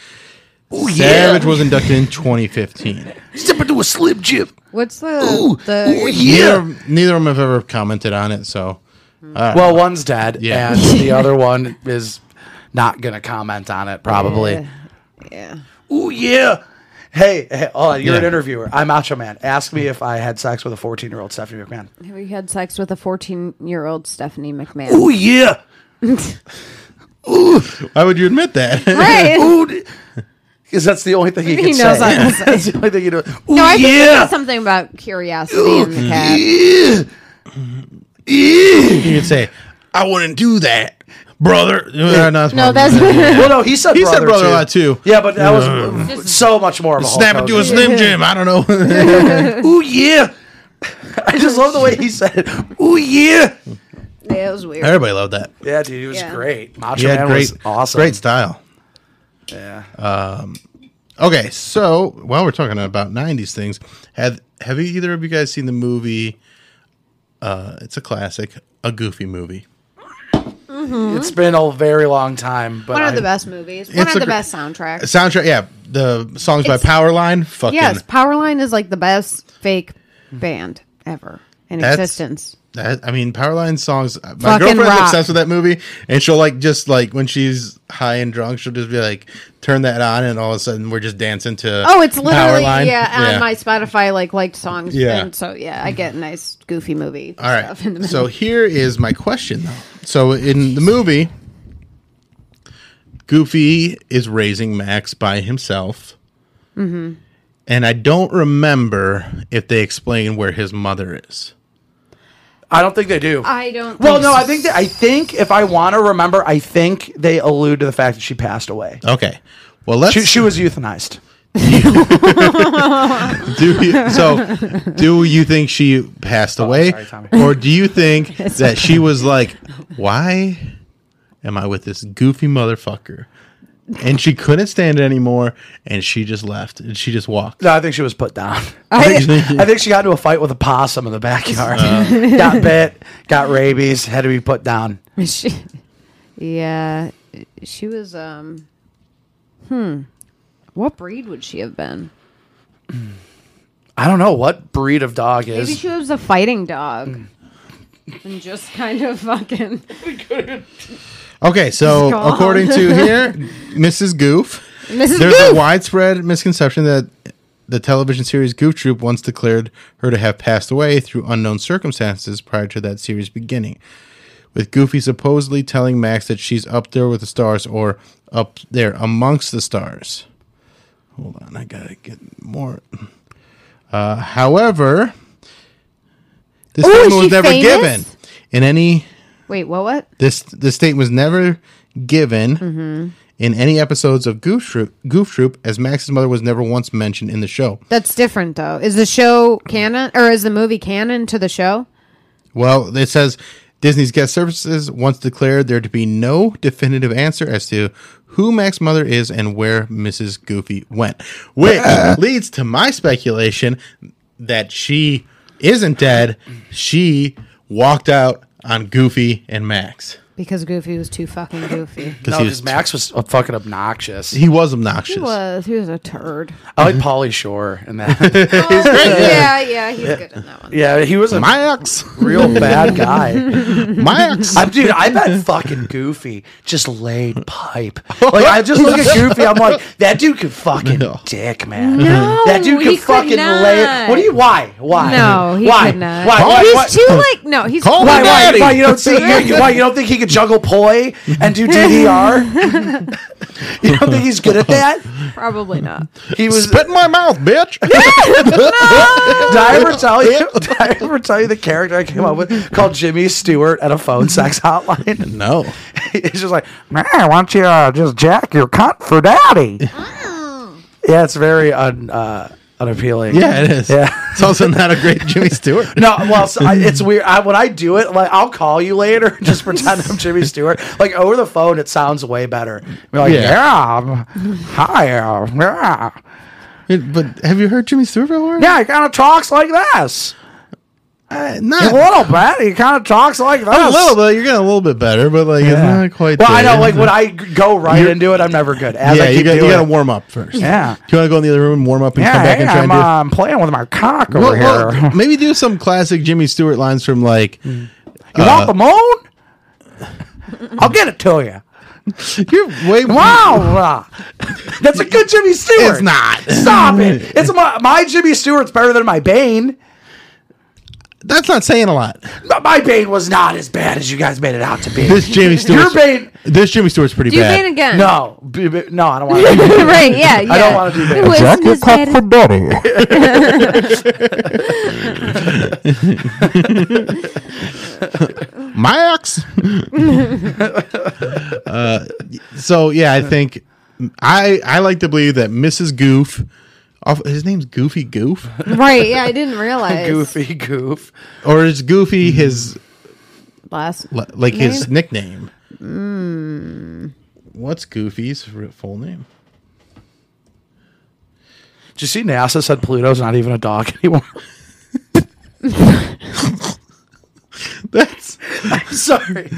[SPEAKER 2] Oh,
[SPEAKER 4] Savage was inducted in 2015.
[SPEAKER 3] Step into a slim jib.
[SPEAKER 2] What's the
[SPEAKER 3] Ooh,
[SPEAKER 2] the?
[SPEAKER 3] yeah.
[SPEAKER 4] Neither, neither of them have ever commented on it, so
[SPEAKER 3] Well, one's dead,
[SPEAKER 4] Yeah.
[SPEAKER 3] and the other one is not gonna comment on it. Probably.
[SPEAKER 2] Yeah. Yeah.
[SPEAKER 3] Ooh yeah. Hey, hey oh, you're an
[SPEAKER 4] Yeah.
[SPEAKER 3] interviewer. I'm Macho Man. Ask me if I had sex with a 14 year old Stephanie McMahon.
[SPEAKER 2] Have you had sex with a 14 year old Stephanie McMahon?
[SPEAKER 3] Ooh yeah.
[SPEAKER 4] why would you admit that?
[SPEAKER 2] Right.
[SPEAKER 3] Ooh. Because that's the only thing he,
[SPEAKER 2] He
[SPEAKER 3] can
[SPEAKER 2] knows
[SPEAKER 3] say.
[SPEAKER 2] I can say.
[SPEAKER 3] that's the only thing you know. Ooh
[SPEAKER 2] No, I think it
[SPEAKER 3] yeah.
[SPEAKER 2] was something about curiosity in the cat.
[SPEAKER 3] Yeah.
[SPEAKER 4] you could say, "I wouldn't do that, brother." No, that's
[SPEAKER 2] No, that's
[SPEAKER 3] Well, no, he said
[SPEAKER 4] He said
[SPEAKER 3] brother
[SPEAKER 4] brother
[SPEAKER 3] too.
[SPEAKER 4] a lot, too.
[SPEAKER 3] Yeah, but that was so much more of a
[SPEAKER 4] snap
[SPEAKER 3] Hulk
[SPEAKER 4] into a
[SPEAKER 3] Hogan.
[SPEAKER 4] slim jim. I don't know.
[SPEAKER 3] Ooh yeah! I just love the way he said, it. "Ooh yeah!"
[SPEAKER 2] yeah, it was weird.
[SPEAKER 4] Everybody loved that.
[SPEAKER 3] Yeah, dude, he was
[SPEAKER 2] Yeah.
[SPEAKER 3] great. Macho
[SPEAKER 4] Yeah,
[SPEAKER 3] Man
[SPEAKER 4] great,
[SPEAKER 3] was awesome.
[SPEAKER 4] great style. Um,
[SPEAKER 3] Yeah.
[SPEAKER 4] Okay, so while we're talking about '90s things, have have you- either of you guys seen the movie? Uh, it's a classic, a goofy movie.
[SPEAKER 3] It's been a very long time,
[SPEAKER 2] Mm-hmm.
[SPEAKER 3] but
[SPEAKER 2] One of the
[SPEAKER 3] I-
[SPEAKER 2] best movies. One
[SPEAKER 4] It's
[SPEAKER 2] of
[SPEAKER 4] a
[SPEAKER 2] the
[SPEAKER 4] gr-
[SPEAKER 2] best soundtracks.
[SPEAKER 4] Soundtrack, yeah. The songs by
[SPEAKER 2] It's-
[SPEAKER 4] Powerline, fucking
[SPEAKER 2] Yes, Powerline is like the best fake band ever in
[SPEAKER 4] That's-
[SPEAKER 2] existence.
[SPEAKER 4] That I mean, Powerline songs. My
[SPEAKER 2] Fucking
[SPEAKER 4] girlfriend's
[SPEAKER 2] rock.
[SPEAKER 4] obsessed with that movie, and she'll like just like when she's high and drunk, she'll just be like, turn that on, and all of a sudden we're just dancing to.
[SPEAKER 2] Oh, it's literally
[SPEAKER 4] Powerline.
[SPEAKER 2] yeah on my Spotify like liked songs.
[SPEAKER 4] Yeah.
[SPEAKER 2] and so yeah, I get nice goofy movie
[SPEAKER 4] All
[SPEAKER 2] stuff in the
[SPEAKER 4] right.
[SPEAKER 2] middle.
[SPEAKER 4] So here is my question, though. So in the movie, Goofy is raising Max by himself,
[SPEAKER 2] Mm-hmm.
[SPEAKER 4] and I don't remember if they explain where his mother is.
[SPEAKER 3] I don't think they do.
[SPEAKER 2] I don't.
[SPEAKER 3] well, no, I think that, I think if I want to remember, I think they allude to the fact that she passed away.
[SPEAKER 4] Okay. Well, let's
[SPEAKER 3] She, she was euthanized.
[SPEAKER 4] do you, so do you think she passed away
[SPEAKER 3] Oh, sorry, Tommy.
[SPEAKER 4] or do you think that she was like why am i with this goofy motherfucker and she couldn't stand it anymore and she just left and she just walked
[SPEAKER 3] No, I think she was put down. I think, I think she got into a fight with a possum in the backyard.
[SPEAKER 4] Oh.
[SPEAKER 3] got bit, got rabies, had to be put down.
[SPEAKER 2] she, yeah, she was. Um, hmm, what breed would she have been?
[SPEAKER 3] I don't know what breed of dog
[SPEAKER 2] Maybe
[SPEAKER 3] is. Mm.
[SPEAKER 2] she was a fighting dog. And just kind of fucking.
[SPEAKER 4] okay so
[SPEAKER 2] Gone.
[SPEAKER 4] according to here mrs goof
[SPEAKER 2] Mrs.
[SPEAKER 4] there's a
[SPEAKER 2] Goof!
[SPEAKER 4] widespread misconception that the television series Goof Troop once declared her to have passed away through unknown circumstances prior to that series beginning. With Goofy supposedly telling Max that she's up there with the stars or up there amongst the stars. Hold on, I gotta get more. Uh, however, this
[SPEAKER 2] Ooh, is
[SPEAKER 4] statement was
[SPEAKER 2] she
[SPEAKER 4] never
[SPEAKER 2] famous?
[SPEAKER 4] given in any
[SPEAKER 2] Wait, what? What?
[SPEAKER 4] this this statement was never given in any episodes of Goof Troop, Goof Troop, as Max's mother was never once mentioned in the show.
[SPEAKER 2] That's different though. Is the show canon or is the movie canon to the show?
[SPEAKER 4] Well, it says Disney's guest services once declared there to be no definitive answer as to who Mac's mother is and where Mrs. Goofy went, which leads to my speculation that she isn't dead. She walked out on Goofy and Max
[SPEAKER 2] because Goofy was too fucking goofy.
[SPEAKER 4] because
[SPEAKER 3] No, because Max was fucking obnoxious.
[SPEAKER 4] he was obnoxious.
[SPEAKER 2] He was. Uh, He was a turd. Oh,
[SPEAKER 3] I like Polly Shore and that.
[SPEAKER 6] yeah, yeah, he's good in that one.
[SPEAKER 3] yeah, he was a
[SPEAKER 4] My ex,
[SPEAKER 3] real bad guy.
[SPEAKER 4] my ex.
[SPEAKER 3] I, dude, I bet fucking Goofy just laid pipe. Like I just look at Goofy, I'm like, that dude could fucking
[SPEAKER 4] No.
[SPEAKER 3] dick, man.
[SPEAKER 2] No,
[SPEAKER 3] that dude
[SPEAKER 2] he
[SPEAKER 3] could
[SPEAKER 2] could
[SPEAKER 3] fucking
[SPEAKER 2] not.
[SPEAKER 3] lay. What do you? Why? Why?
[SPEAKER 2] No, he
[SPEAKER 3] why?
[SPEAKER 2] could not.
[SPEAKER 3] Why?
[SPEAKER 4] Call
[SPEAKER 3] Why?
[SPEAKER 4] me
[SPEAKER 2] He's
[SPEAKER 3] why?
[SPEAKER 2] too like no. He's
[SPEAKER 4] Call me
[SPEAKER 3] Why, why,
[SPEAKER 4] Daddy.
[SPEAKER 3] why you don't see you, why you don't think he could juggle poi and do DDR? you don't think he's good at that?
[SPEAKER 2] probably not.
[SPEAKER 3] He was
[SPEAKER 4] Spit in my mouth, bitch.
[SPEAKER 3] Did I ever tell you? Did I ever tell you the character I came up with called Jimmy Stewart at a phone sex hotline?
[SPEAKER 4] no.
[SPEAKER 3] It's just like, man, why don't you uh, just jack your cunt for daddy? yeah, it's very un, uh, unappealing.
[SPEAKER 4] Yeah, it is.
[SPEAKER 3] Yeah.
[SPEAKER 4] It's also not a great Jimmy Stewart.
[SPEAKER 3] No, well, so I, it's weird. I, when I do it, like I'll call you later, and just pretend I'm Jimmy Stewart. Like over the phone, it sounds way better. We're like,
[SPEAKER 4] Yeah.
[SPEAKER 3] yeah, I'm- hi, uh, yeah,
[SPEAKER 4] But have you heard Jimmy Stewart before?
[SPEAKER 3] yeah. He kind of talks like this
[SPEAKER 4] Uh,
[SPEAKER 3] a
[SPEAKER 4] not
[SPEAKER 3] little bit. He kind of talks like this.
[SPEAKER 4] a little bit. You're getting a little bit better, but like
[SPEAKER 3] Yeah.
[SPEAKER 4] it's not quite.
[SPEAKER 3] Well, I
[SPEAKER 4] there.
[SPEAKER 3] know, like when I g- go right into it, I'm never good. As
[SPEAKER 4] yeah,
[SPEAKER 3] I keep
[SPEAKER 4] you got
[SPEAKER 3] doing
[SPEAKER 4] you got to
[SPEAKER 3] it.
[SPEAKER 4] warm up first.
[SPEAKER 3] Yeah.
[SPEAKER 4] Do you want to go in the other room, and warm up, and
[SPEAKER 3] Yeah,
[SPEAKER 4] come back
[SPEAKER 3] hey,
[SPEAKER 4] and try
[SPEAKER 3] I'm,
[SPEAKER 4] and do?
[SPEAKER 3] uh, I'm playing with my cock over
[SPEAKER 4] Well,
[SPEAKER 3] here. Mm.
[SPEAKER 4] well, maybe do some classic Jimmy Stewart lines from like
[SPEAKER 3] you want the
[SPEAKER 4] Uh,
[SPEAKER 3] moon? I'll get it to you.
[SPEAKER 4] you're way
[SPEAKER 3] Wow, uh, that's a good Jimmy Stewart.
[SPEAKER 4] It's not.
[SPEAKER 3] Stop it. It's my, my Jimmy Stewart's better than my Bane.
[SPEAKER 4] That's not saying a lot.
[SPEAKER 3] But My Bane was not as bad as you guys made it out to be.
[SPEAKER 4] This Jimmy
[SPEAKER 3] Your
[SPEAKER 4] Stewart.
[SPEAKER 3] Bane.
[SPEAKER 4] This Jimmy Stewart's pretty
[SPEAKER 2] Do you
[SPEAKER 4] bad.
[SPEAKER 2] mean again?
[SPEAKER 3] No, B- b- no, I don't want to.
[SPEAKER 2] right? Yeah, yeah.
[SPEAKER 3] I don't want to do that.
[SPEAKER 2] Jack your cock for daddy.
[SPEAKER 4] My ex. uh, so yeah, I think I I like to believe that Mrs. Goof. off- His name's Goofy Goof,
[SPEAKER 2] Right? Yeah, I didn't realize.
[SPEAKER 3] Goofy goof.
[SPEAKER 4] or is Goofy his
[SPEAKER 2] Last.
[SPEAKER 4] li- like his nickname? What's Goofy's r- full name?
[SPEAKER 3] Did you see NASA said Pluto's not even a dog anymore?
[SPEAKER 4] That's
[SPEAKER 3] Sorry.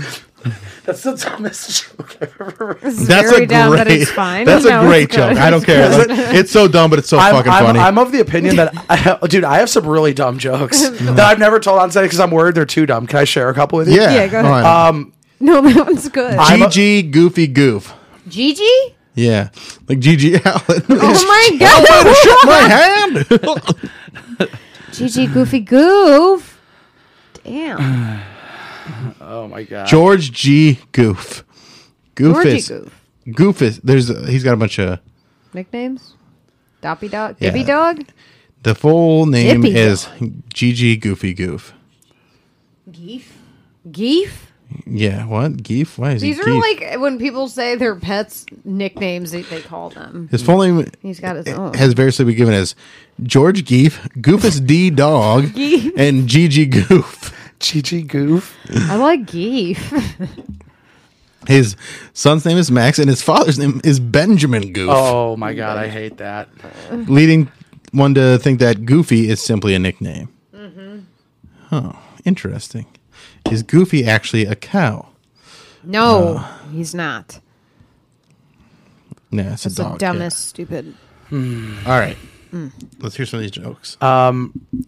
[SPEAKER 3] That's the dumbest joke I've ever heard.
[SPEAKER 2] This is
[SPEAKER 4] that's
[SPEAKER 2] very
[SPEAKER 4] a
[SPEAKER 2] dumb, but
[SPEAKER 4] great
[SPEAKER 2] it's fine.
[SPEAKER 4] that's a
[SPEAKER 2] No, it's
[SPEAKER 4] great
[SPEAKER 2] good.
[SPEAKER 4] joke. I don't care. Like, it's so dumb, but it's so
[SPEAKER 3] I'm,
[SPEAKER 4] fucking
[SPEAKER 3] I'm-
[SPEAKER 4] funny.
[SPEAKER 3] I'm of the opinion that, I, dude, I have some really dumb jokes that I've never told on set because I'm worried they're too dumb. Can I share a couple with you?
[SPEAKER 4] yeah,
[SPEAKER 2] Yeah, go ahead.
[SPEAKER 4] Um,
[SPEAKER 2] No, that one's good.
[SPEAKER 3] I'm a-
[SPEAKER 4] GG Goofy Goof.
[SPEAKER 2] Gigi?
[SPEAKER 4] Yeah, like GG Allen.
[SPEAKER 2] Oh my god!
[SPEAKER 4] Shook my hand.
[SPEAKER 2] Gigi Goofy Goof.
[SPEAKER 4] Uh,
[SPEAKER 2] Damn.
[SPEAKER 3] Oh my god.
[SPEAKER 4] George G. Goof.
[SPEAKER 2] Georgie
[SPEAKER 4] Goofus.
[SPEAKER 2] Goof.
[SPEAKER 4] Goofus. There's a, he's got a bunch of
[SPEAKER 2] Nicknames? Doppy Dog?
[SPEAKER 4] Yeah.
[SPEAKER 2] Gibby Dog?
[SPEAKER 4] the full name
[SPEAKER 2] Dippy
[SPEAKER 4] is GG Goofy Goof.
[SPEAKER 6] Geef.
[SPEAKER 2] Geef?
[SPEAKER 4] Yeah, what? Geef? Why is
[SPEAKER 2] These
[SPEAKER 4] he
[SPEAKER 2] are
[SPEAKER 4] Geef?
[SPEAKER 2] like when people say their pets nicknames they, they call them.
[SPEAKER 4] his full name
[SPEAKER 2] He's got his own.
[SPEAKER 4] has variously been given as George Geef, Goofus D Dog,
[SPEAKER 2] Geef.
[SPEAKER 4] and GG Goof.
[SPEAKER 3] GG goof.
[SPEAKER 2] I like Geef.
[SPEAKER 4] His son's name is Max, and his father's name is Benjamin Goof,
[SPEAKER 3] Oh my god, I hate that.
[SPEAKER 4] leading one to think that Goofy is simply a nickname. Mm-hmm. Huh. Interesting. Is Goofy actually a cow?
[SPEAKER 2] No,
[SPEAKER 4] Uh,
[SPEAKER 2] he's not.
[SPEAKER 4] No, it's
[SPEAKER 2] That's
[SPEAKER 4] a
[SPEAKER 2] the
[SPEAKER 4] dog. yeah.
[SPEAKER 2] dumbest, Mm. stupid.
[SPEAKER 4] All right. Let's hear some of these jokes.
[SPEAKER 3] You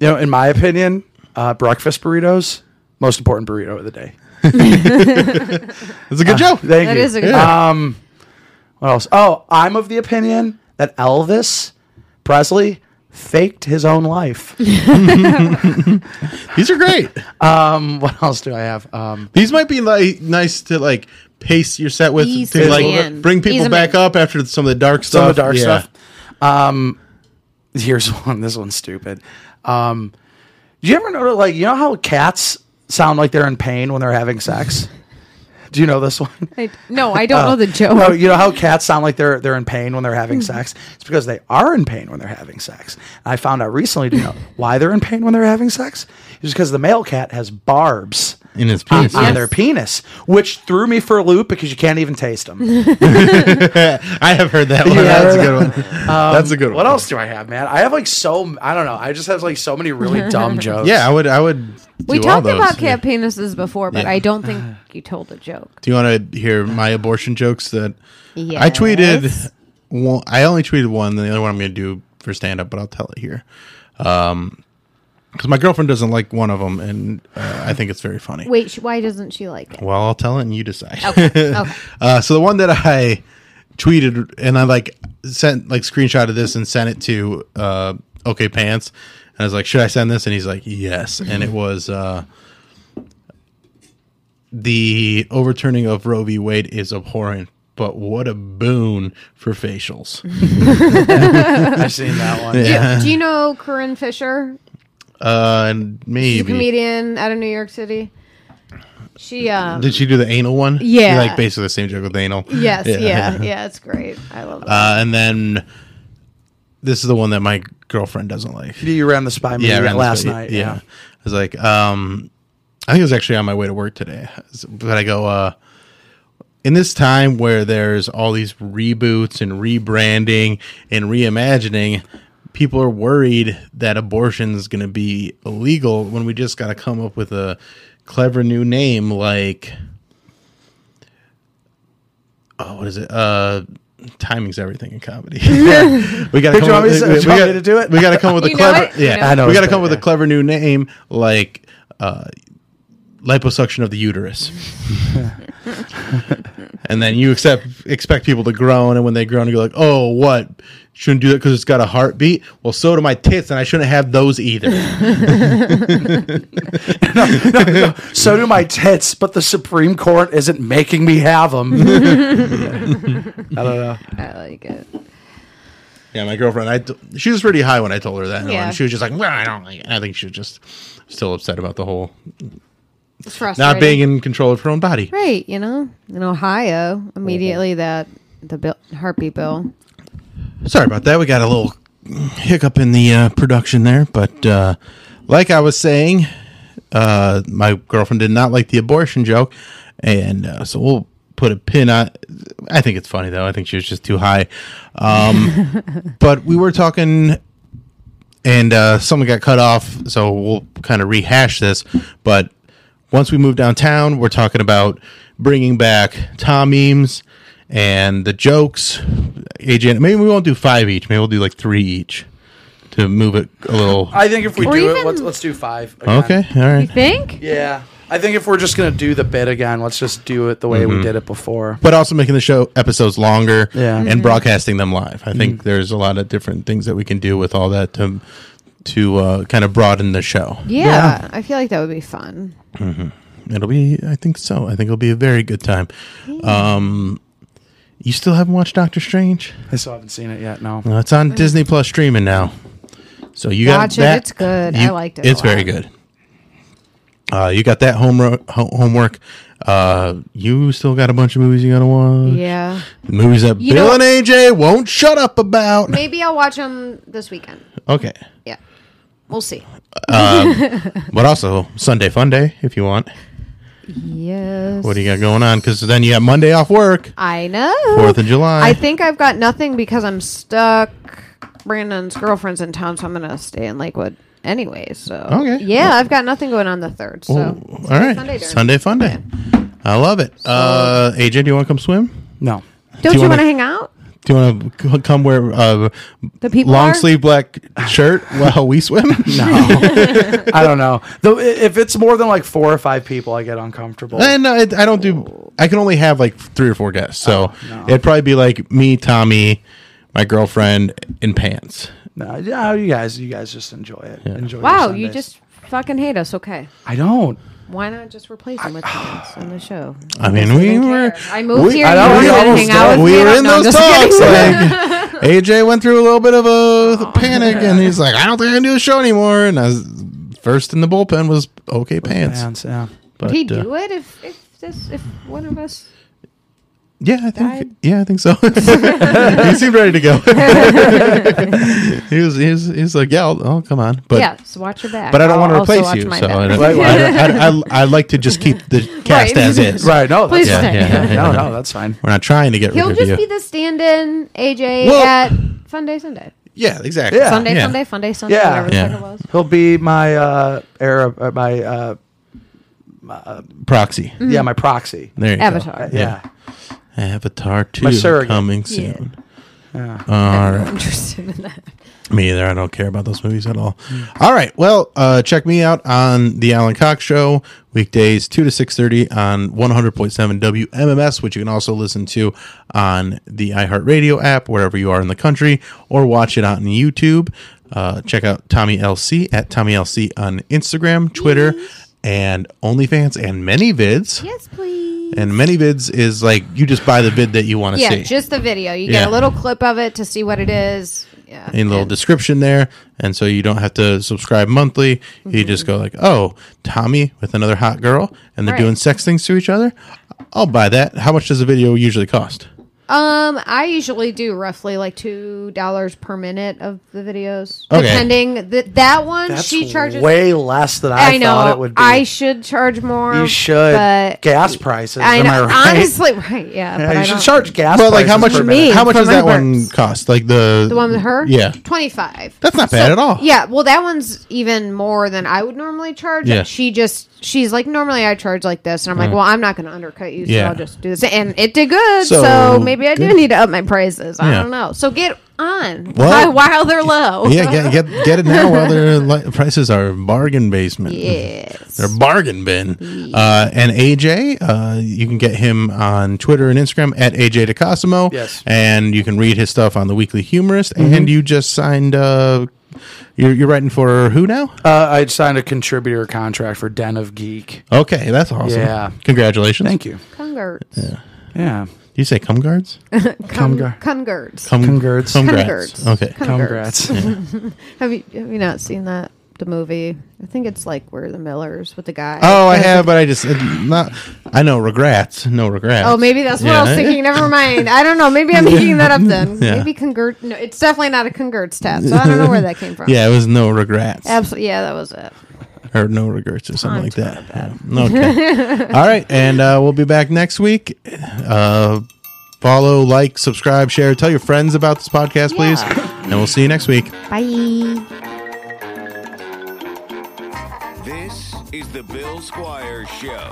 [SPEAKER 3] know, in my opinion, uh, breakfast burritos, most important burrito of the day.
[SPEAKER 4] It's a good joke.
[SPEAKER 3] Thank
[SPEAKER 2] That
[SPEAKER 3] you.
[SPEAKER 2] is a good
[SPEAKER 3] what else? Oh, I'm of the opinion that Elvis Presley faked his own life.
[SPEAKER 4] These are great.
[SPEAKER 3] um, what else do I have? Um,
[SPEAKER 4] These might be like nice to like pace your set with
[SPEAKER 2] Ease
[SPEAKER 4] to like
[SPEAKER 2] it in.
[SPEAKER 4] bring
[SPEAKER 2] Ease
[SPEAKER 4] people
[SPEAKER 2] 'em
[SPEAKER 4] back
[SPEAKER 2] in.
[SPEAKER 4] up after some of the dark stuff.
[SPEAKER 3] some of the dark
[SPEAKER 4] Yeah.
[SPEAKER 3] stuff. Um, here's one. This one's stupid. Um, do you ever notice, like, you know how cats sound like they're in pain when they're having sex? Do you know this one?
[SPEAKER 2] I, no, I
[SPEAKER 4] Uh,
[SPEAKER 2] don't know the joke.
[SPEAKER 3] No, you know how cats sound like they're they're in pain when they're having sex. It's because they are in pain when they're having sex. And I found out recently. Do you know why they're in pain when they're having sex? It's because the male cat has barbs
[SPEAKER 4] in his penis.
[SPEAKER 3] on their penis, which threw me for a loop because you can't even taste them.
[SPEAKER 4] I have heard that one.
[SPEAKER 3] Yeah,
[SPEAKER 4] That's a
[SPEAKER 3] I
[SPEAKER 4] good one. Um, That's a good one.
[SPEAKER 3] what else do I have, man? I have like so I don't know. I just have like so many really dumb jokes.
[SPEAKER 4] Yeah, I would. I would.
[SPEAKER 2] we
[SPEAKER 4] do all
[SPEAKER 2] talked
[SPEAKER 4] those.
[SPEAKER 2] about
[SPEAKER 4] Yeah.
[SPEAKER 2] cat penises before, but
[SPEAKER 4] Yeah.
[SPEAKER 2] I don't think you told a joke.
[SPEAKER 4] Do you want to hear my abortion jokes that I
[SPEAKER 2] Yes.
[SPEAKER 4] tweeted? One, I only tweeted one. The other one I'm going to do for stand up, but I'll tell it here. Because my girlfriend doesn't like one of them, and uh, I think it's very funny.
[SPEAKER 2] Wait, sh- why doesn't she like it?
[SPEAKER 4] Well, I'll tell it and you decide.
[SPEAKER 2] okay.
[SPEAKER 4] uh, so the one that I tweeted and I like sent like screenshot of this and sent it to uh, OK Pants, and I was like, should I send this? And he's like, yes. And it was uh, the overturning of Roe v. Wade is abhorrent. But what a boon for facials!
[SPEAKER 3] I've seen that one.
[SPEAKER 2] Do you know Corinne Fisher?
[SPEAKER 4] Uh, and
[SPEAKER 2] She's a
[SPEAKER 4] maybe
[SPEAKER 2] comedian out of New York City. She um
[SPEAKER 4] did she do the anal one?
[SPEAKER 2] Yeah.
[SPEAKER 4] like basically the same joke with anal.
[SPEAKER 2] yes, yeah. yeah, it's great. I love that.
[SPEAKER 4] Uh, and then this is the one that my girlfriend doesn't like.
[SPEAKER 3] You ran this by me
[SPEAKER 4] I ran this
[SPEAKER 3] last
[SPEAKER 4] way.
[SPEAKER 3] night.
[SPEAKER 4] Yeah. I was like, um, I think it was actually on my way to work today. But I go, uh, in this time where there's all these reboots and rebranding and reimagining, people are worried that abortion is going to be illegal when we just got to come up with a clever new name like, oh, what is it? Uh, Timing's everything in comedy. we got
[SPEAKER 3] Did you want me to- did you want me to do it?
[SPEAKER 4] We got to come up with a
[SPEAKER 2] You know
[SPEAKER 4] clever.
[SPEAKER 2] it? You
[SPEAKER 4] Yeah,
[SPEAKER 2] know
[SPEAKER 3] I know
[SPEAKER 4] We
[SPEAKER 3] it's
[SPEAKER 4] got to
[SPEAKER 3] bad,
[SPEAKER 4] come up with
[SPEAKER 3] yeah.
[SPEAKER 4] a clever new name like uh, liposuction of the uterus. and then you accept expect people to groan, and when they groan, you're like, "Oh, what? Shouldn't do that because it's got a heartbeat." Well, so do my tits, and I shouldn't have those either.
[SPEAKER 3] So do my tits, but the Supreme Court isn't making me have them. I don't know.
[SPEAKER 2] I like it.
[SPEAKER 4] yeah, my girlfriend, I t- she was pretty high when I told her that,
[SPEAKER 2] Yeah.
[SPEAKER 4] and she was just like, "Well, I don't like." It. I think she was just still upset about the whole
[SPEAKER 2] It's frustrating.
[SPEAKER 4] not being in control of her own body.
[SPEAKER 2] right, you know, in Ohio,
[SPEAKER 4] Mm-hmm.
[SPEAKER 2] immediately that the bill, heartbeat bill.
[SPEAKER 4] Sorry about that. We got a little hiccup in the uh, production there, but uh, like I was saying, uh, my girlfriend did not like the abortion joke, and uh, so we'll put a pin on. I think it's funny though. I think she was just too high. Um, but we were talking, and uh, someone got cut off, so we'll kind of rehash this. But once we move downtown, we're talking about bringing back Tom memes and the jokes. AJ, maybe we won't do five each. Maybe we'll do like three each to move it a little.
[SPEAKER 3] I think if we
[SPEAKER 2] Or
[SPEAKER 3] do it,
[SPEAKER 2] even-
[SPEAKER 3] let's, let's do five. again.
[SPEAKER 4] okay, all right.
[SPEAKER 2] Think?
[SPEAKER 3] Yeah. I think if we're just gonna do the bit again, let's just do it the way we did it before.
[SPEAKER 4] but also making the show episodes longer
[SPEAKER 3] Yeah.
[SPEAKER 4] and broadcasting them live. I think there's a lot of different things that we can do with all that to to uh, kind of broaden the show.
[SPEAKER 2] Yeah,
[SPEAKER 3] Yeah.
[SPEAKER 2] I feel like that would be fun.
[SPEAKER 4] It'll be, I think so. I think it'll be a very good time. Um, you still haven't watched Doctor Strange?
[SPEAKER 3] I still haven't seen it yet. No.
[SPEAKER 4] Well, it's on Disney Plus streaming now. So you
[SPEAKER 2] Mm-hmm. Watch
[SPEAKER 4] got
[SPEAKER 2] it.
[SPEAKER 4] that.
[SPEAKER 2] It's good. I liked it a
[SPEAKER 4] It's very
[SPEAKER 2] lot.
[SPEAKER 4] good. Uh, you got that homework. Homework. Uh, you still got a bunch of movies you gotta watch.
[SPEAKER 2] Yeah.
[SPEAKER 4] Movies that
[SPEAKER 2] You
[SPEAKER 4] Bill
[SPEAKER 2] know-
[SPEAKER 4] and AJ won't shut up about.
[SPEAKER 2] Maybe I'll watch them this weekend.
[SPEAKER 4] Okay.
[SPEAKER 2] Yeah. We'll see.
[SPEAKER 4] But also Sunday Fun Day if you want.
[SPEAKER 2] Yes.
[SPEAKER 4] What do you got going on? Because then you got Monday off work,
[SPEAKER 2] I know.
[SPEAKER 4] Fourth of July.
[SPEAKER 2] I think I've got nothing because I'm stuck. Brandon's girlfriend's in town, so I'm gonna stay in Lakewood anyway. So
[SPEAKER 4] Okay.
[SPEAKER 2] yeah, I've got nothing going on the third. So
[SPEAKER 4] Oh, all right.
[SPEAKER 2] Sunday
[SPEAKER 4] Sunday,
[SPEAKER 2] dinner.
[SPEAKER 4] Fun Day. I love it. Uh, AJ, do you want to come swim?
[SPEAKER 3] No.
[SPEAKER 2] don't
[SPEAKER 4] do you
[SPEAKER 2] you want
[SPEAKER 4] wanna-
[SPEAKER 2] to hang out?
[SPEAKER 4] Do you want to come wear uh,
[SPEAKER 2] The people
[SPEAKER 4] long
[SPEAKER 2] are?
[SPEAKER 4] sleeve black shirt while we swim? No.
[SPEAKER 3] I don't know. Though i- if it's more than like four or five people, I get uncomfortable.
[SPEAKER 4] And I, I don't do. I can only have like three or four guests, so
[SPEAKER 2] Oh,
[SPEAKER 3] no.
[SPEAKER 4] it'd probably be like me, Tommy, my girlfriend, in pants.
[SPEAKER 3] No, yeah, you guys, you guys just enjoy it. Enjoy. your
[SPEAKER 2] Wow, you
[SPEAKER 3] Sundays.
[SPEAKER 2] just fucking hate us. Okay,
[SPEAKER 3] I don't.
[SPEAKER 2] why not just replace them with kids on the show?
[SPEAKER 4] I mean, we
[SPEAKER 2] Didn't
[SPEAKER 4] were.
[SPEAKER 2] care. I moved
[SPEAKER 4] we-
[SPEAKER 2] here.
[SPEAKER 3] I
[SPEAKER 2] I
[SPEAKER 3] know, we
[SPEAKER 2] you wanted to
[SPEAKER 3] almost
[SPEAKER 2] hang out
[SPEAKER 3] did.
[SPEAKER 2] with
[SPEAKER 4] we
[SPEAKER 2] me, and
[SPEAKER 4] were
[SPEAKER 2] I'm-
[SPEAKER 4] in
[SPEAKER 2] no, I'm
[SPEAKER 4] those
[SPEAKER 2] just
[SPEAKER 4] talks.
[SPEAKER 2] kidding. Oh,
[SPEAKER 4] Like, AJ went through a little bit of a panic, and he's like, "I don't think I can do a show anymore." And I was first in the bullpen was okay pants,
[SPEAKER 3] Pants, yeah.
[SPEAKER 4] But
[SPEAKER 2] He'd
[SPEAKER 4] uh,
[SPEAKER 2] do it if if this if one of us.
[SPEAKER 4] Yeah, I think.
[SPEAKER 2] Died?
[SPEAKER 4] Yeah, I think so. he seemed ready to go. he was. He was. He was like, yeah, I'll, I'll come on. But
[SPEAKER 2] yeah, so watch your back.
[SPEAKER 4] But I
[SPEAKER 2] I'll
[SPEAKER 4] don't want to
[SPEAKER 2] also
[SPEAKER 4] replace
[SPEAKER 2] watch
[SPEAKER 4] you,
[SPEAKER 2] my
[SPEAKER 4] so I,
[SPEAKER 2] back.
[SPEAKER 4] don't- I, I, I, I like to just keep the cast
[SPEAKER 2] Right.
[SPEAKER 4] as is.
[SPEAKER 3] Right. No. That's
[SPEAKER 2] Please
[SPEAKER 4] Yeah,
[SPEAKER 2] don't.
[SPEAKER 3] fine.
[SPEAKER 4] yeah, yeah,
[SPEAKER 3] No,
[SPEAKER 4] yeah.
[SPEAKER 3] no, that's fine.
[SPEAKER 4] We're not trying to get
[SPEAKER 2] He'll
[SPEAKER 4] rid
[SPEAKER 2] just
[SPEAKER 4] of
[SPEAKER 2] be
[SPEAKER 4] you.
[SPEAKER 2] the stand-in AJ
[SPEAKER 4] Well-
[SPEAKER 2] at Fun Day Sunday.
[SPEAKER 4] yeah, exactly.
[SPEAKER 3] Yeah.
[SPEAKER 2] Sunday,
[SPEAKER 4] yeah.
[SPEAKER 2] Sunday, Fun Day Sunday,
[SPEAKER 3] Yeah.
[SPEAKER 2] whatever the
[SPEAKER 4] Yeah.
[SPEAKER 2] fuck it was.
[SPEAKER 3] He'll be my uh, Arab, uh, my uh,
[SPEAKER 4] Proxy.
[SPEAKER 3] yeah, my proxy.
[SPEAKER 4] There you
[SPEAKER 2] Mm-hmm. Avatar.
[SPEAKER 4] Go.
[SPEAKER 3] Yeah.
[SPEAKER 4] Avatar two
[SPEAKER 3] My surrogate.
[SPEAKER 4] coming
[SPEAKER 2] Yeah. Ah.
[SPEAKER 4] soon. All right.
[SPEAKER 2] I'm interested in that.
[SPEAKER 4] Me either. I don't care about those movies at all. All right. Well, uh, check me out on the Alan Cox Show weekdays two to six thirty on one hundred point seven WMMS, which you can also listen to on the iHeartRadio app wherever you are in the country, or watch it on YouTube. Uh, check out Tommy LC at Tommy LC on Instagram, Twitter, and OnlyFans, and many vids.
[SPEAKER 2] Yes, please.
[SPEAKER 4] And many vids is like you just buy the vid that you want to
[SPEAKER 2] Yeah,
[SPEAKER 4] see.
[SPEAKER 2] just the video. You
[SPEAKER 4] Yeah.
[SPEAKER 2] get a little clip of it to see what it is. Yeah.
[SPEAKER 4] in a little
[SPEAKER 2] And-
[SPEAKER 4] description there and so you don't have to subscribe monthly
[SPEAKER 2] Mm-hmm.
[SPEAKER 4] you just go like oh tommy with another hot girl and they're
[SPEAKER 2] Right.
[SPEAKER 4] doing sex things to each other i'll buy that how much does a video usually cost
[SPEAKER 2] Um, I usually do roughly like two dollars per minute of the videos,
[SPEAKER 4] Okay.
[SPEAKER 2] depending that that one
[SPEAKER 3] That's
[SPEAKER 2] she charges.
[SPEAKER 3] way less than I,
[SPEAKER 2] I
[SPEAKER 3] thought
[SPEAKER 2] know
[SPEAKER 3] it would be.
[SPEAKER 2] I should charge more.
[SPEAKER 3] you should
[SPEAKER 2] but
[SPEAKER 3] gas prices.
[SPEAKER 2] I
[SPEAKER 3] am
[SPEAKER 2] know,
[SPEAKER 3] I right?
[SPEAKER 2] honestly, right? Yeah,
[SPEAKER 3] Yeah,
[SPEAKER 2] but I
[SPEAKER 3] you should
[SPEAKER 2] don't-
[SPEAKER 3] charge gas.
[SPEAKER 4] but like how much
[SPEAKER 3] prices per minute.
[SPEAKER 2] Me,
[SPEAKER 4] how much
[SPEAKER 2] for
[SPEAKER 4] does
[SPEAKER 2] my
[SPEAKER 4] that one
[SPEAKER 2] burps.
[SPEAKER 4] cost like the
[SPEAKER 2] The one with her,
[SPEAKER 4] yeah
[SPEAKER 2] twenty five.
[SPEAKER 4] that's not bad at all
[SPEAKER 2] Yeah, well, that one's even more than I would normally charge.
[SPEAKER 4] Yeah. Mm.
[SPEAKER 2] She just she's like, normally I charge like this, and I'm like, well, I'm not going to undercut you, so
[SPEAKER 4] Yeah.
[SPEAKER 2] I'll just do this. And it did good,
[SPEAKER 4] So,
[SPEAKER 2] so, maybe I
[SPEAKER 4] good.
[SPEAKER 2] do need to up my prices. I
[SPEAKER 4] Yeah.
[SPEAKER 2] don't know. So get on
[SPEAKER 4] Well-
[SPEAKER 2] while- while they're low.
[SPEAKER 4] yeah get, get get it now while their li- prices are bargain basement
[SPEAKER 2] Yes.
[SPEAKER 4] their bargain bin. Uh, and AJ, uh, you can get him on Twitter and Instagram at AJ DeCosimo.
[SPEAKER 3] Yes.
[SPEAKER 4] And you can read his stuff on the Weekly Humorist.
[SPEAKER 2] Mm-hmm.
[SPEAKER 4] And you just signed, uh, you're, you're writing for who now?
[SPEAKER 3] Uh, I'd signed a contributor contract for Den of Geek.
[SPEAKER 4] Okay, that's awesome.
[SPEAKER 3] Yeah.
[SPEAKER 4] Congratulations.
[SPEAKER 3] Thank you.
[SPEAKER 2] Congerts.
[SPEAKER 3] Yeah.
[SPEAKER 4] Do you say cum guards?
[SPEAKER 2] Con-
[SPEAKER 3] Congar-
[SPEAKER 2] Congerts.
[SPEAKER 4] Cum
[SPEAKER 3] Congrats.
[SPEAKER 4] Congrats.
[SPEAKER 2] Congrats.
[SPEAKER 4] Okay.
[SPEAKER 2] Con-
[SPEAKER 3] Congrats.
[SPEAKER 2] Have you have you not seen that the movie? I think it's like We're the Millers with the guy.
[SPEAKER 4] Oh, I have, but I just it- not. I know regrets. No regrets.
[SPEAKER 2] Oh, maybe that's what I
[SPEAKER 4] Yeah.
[SPEAKER 2] was thinking. Never mind. I don't know. Maybe I'm making that up then.
[SPEAKER 4] Yeah.
[SPEAKER 2] Maybe congert. No, it's definitely not a congerts tab. So I don't know where that came from.
[SPEAKER 4] Yeah, it was no regrets.
[SPEAKER 2] Absolutely. Yeah, that was it.
[SPEAKER 4] or no regrets or something like that. Yeah. Okay. All right, and uh, we'll be back next week. Uh, follow, like, subscribe, share, tell your friends about this podcast, please, and we'll see you next week.
[SPEAKER 2] Bye.
[SPEAKER 1] This is the Bill Squire Show.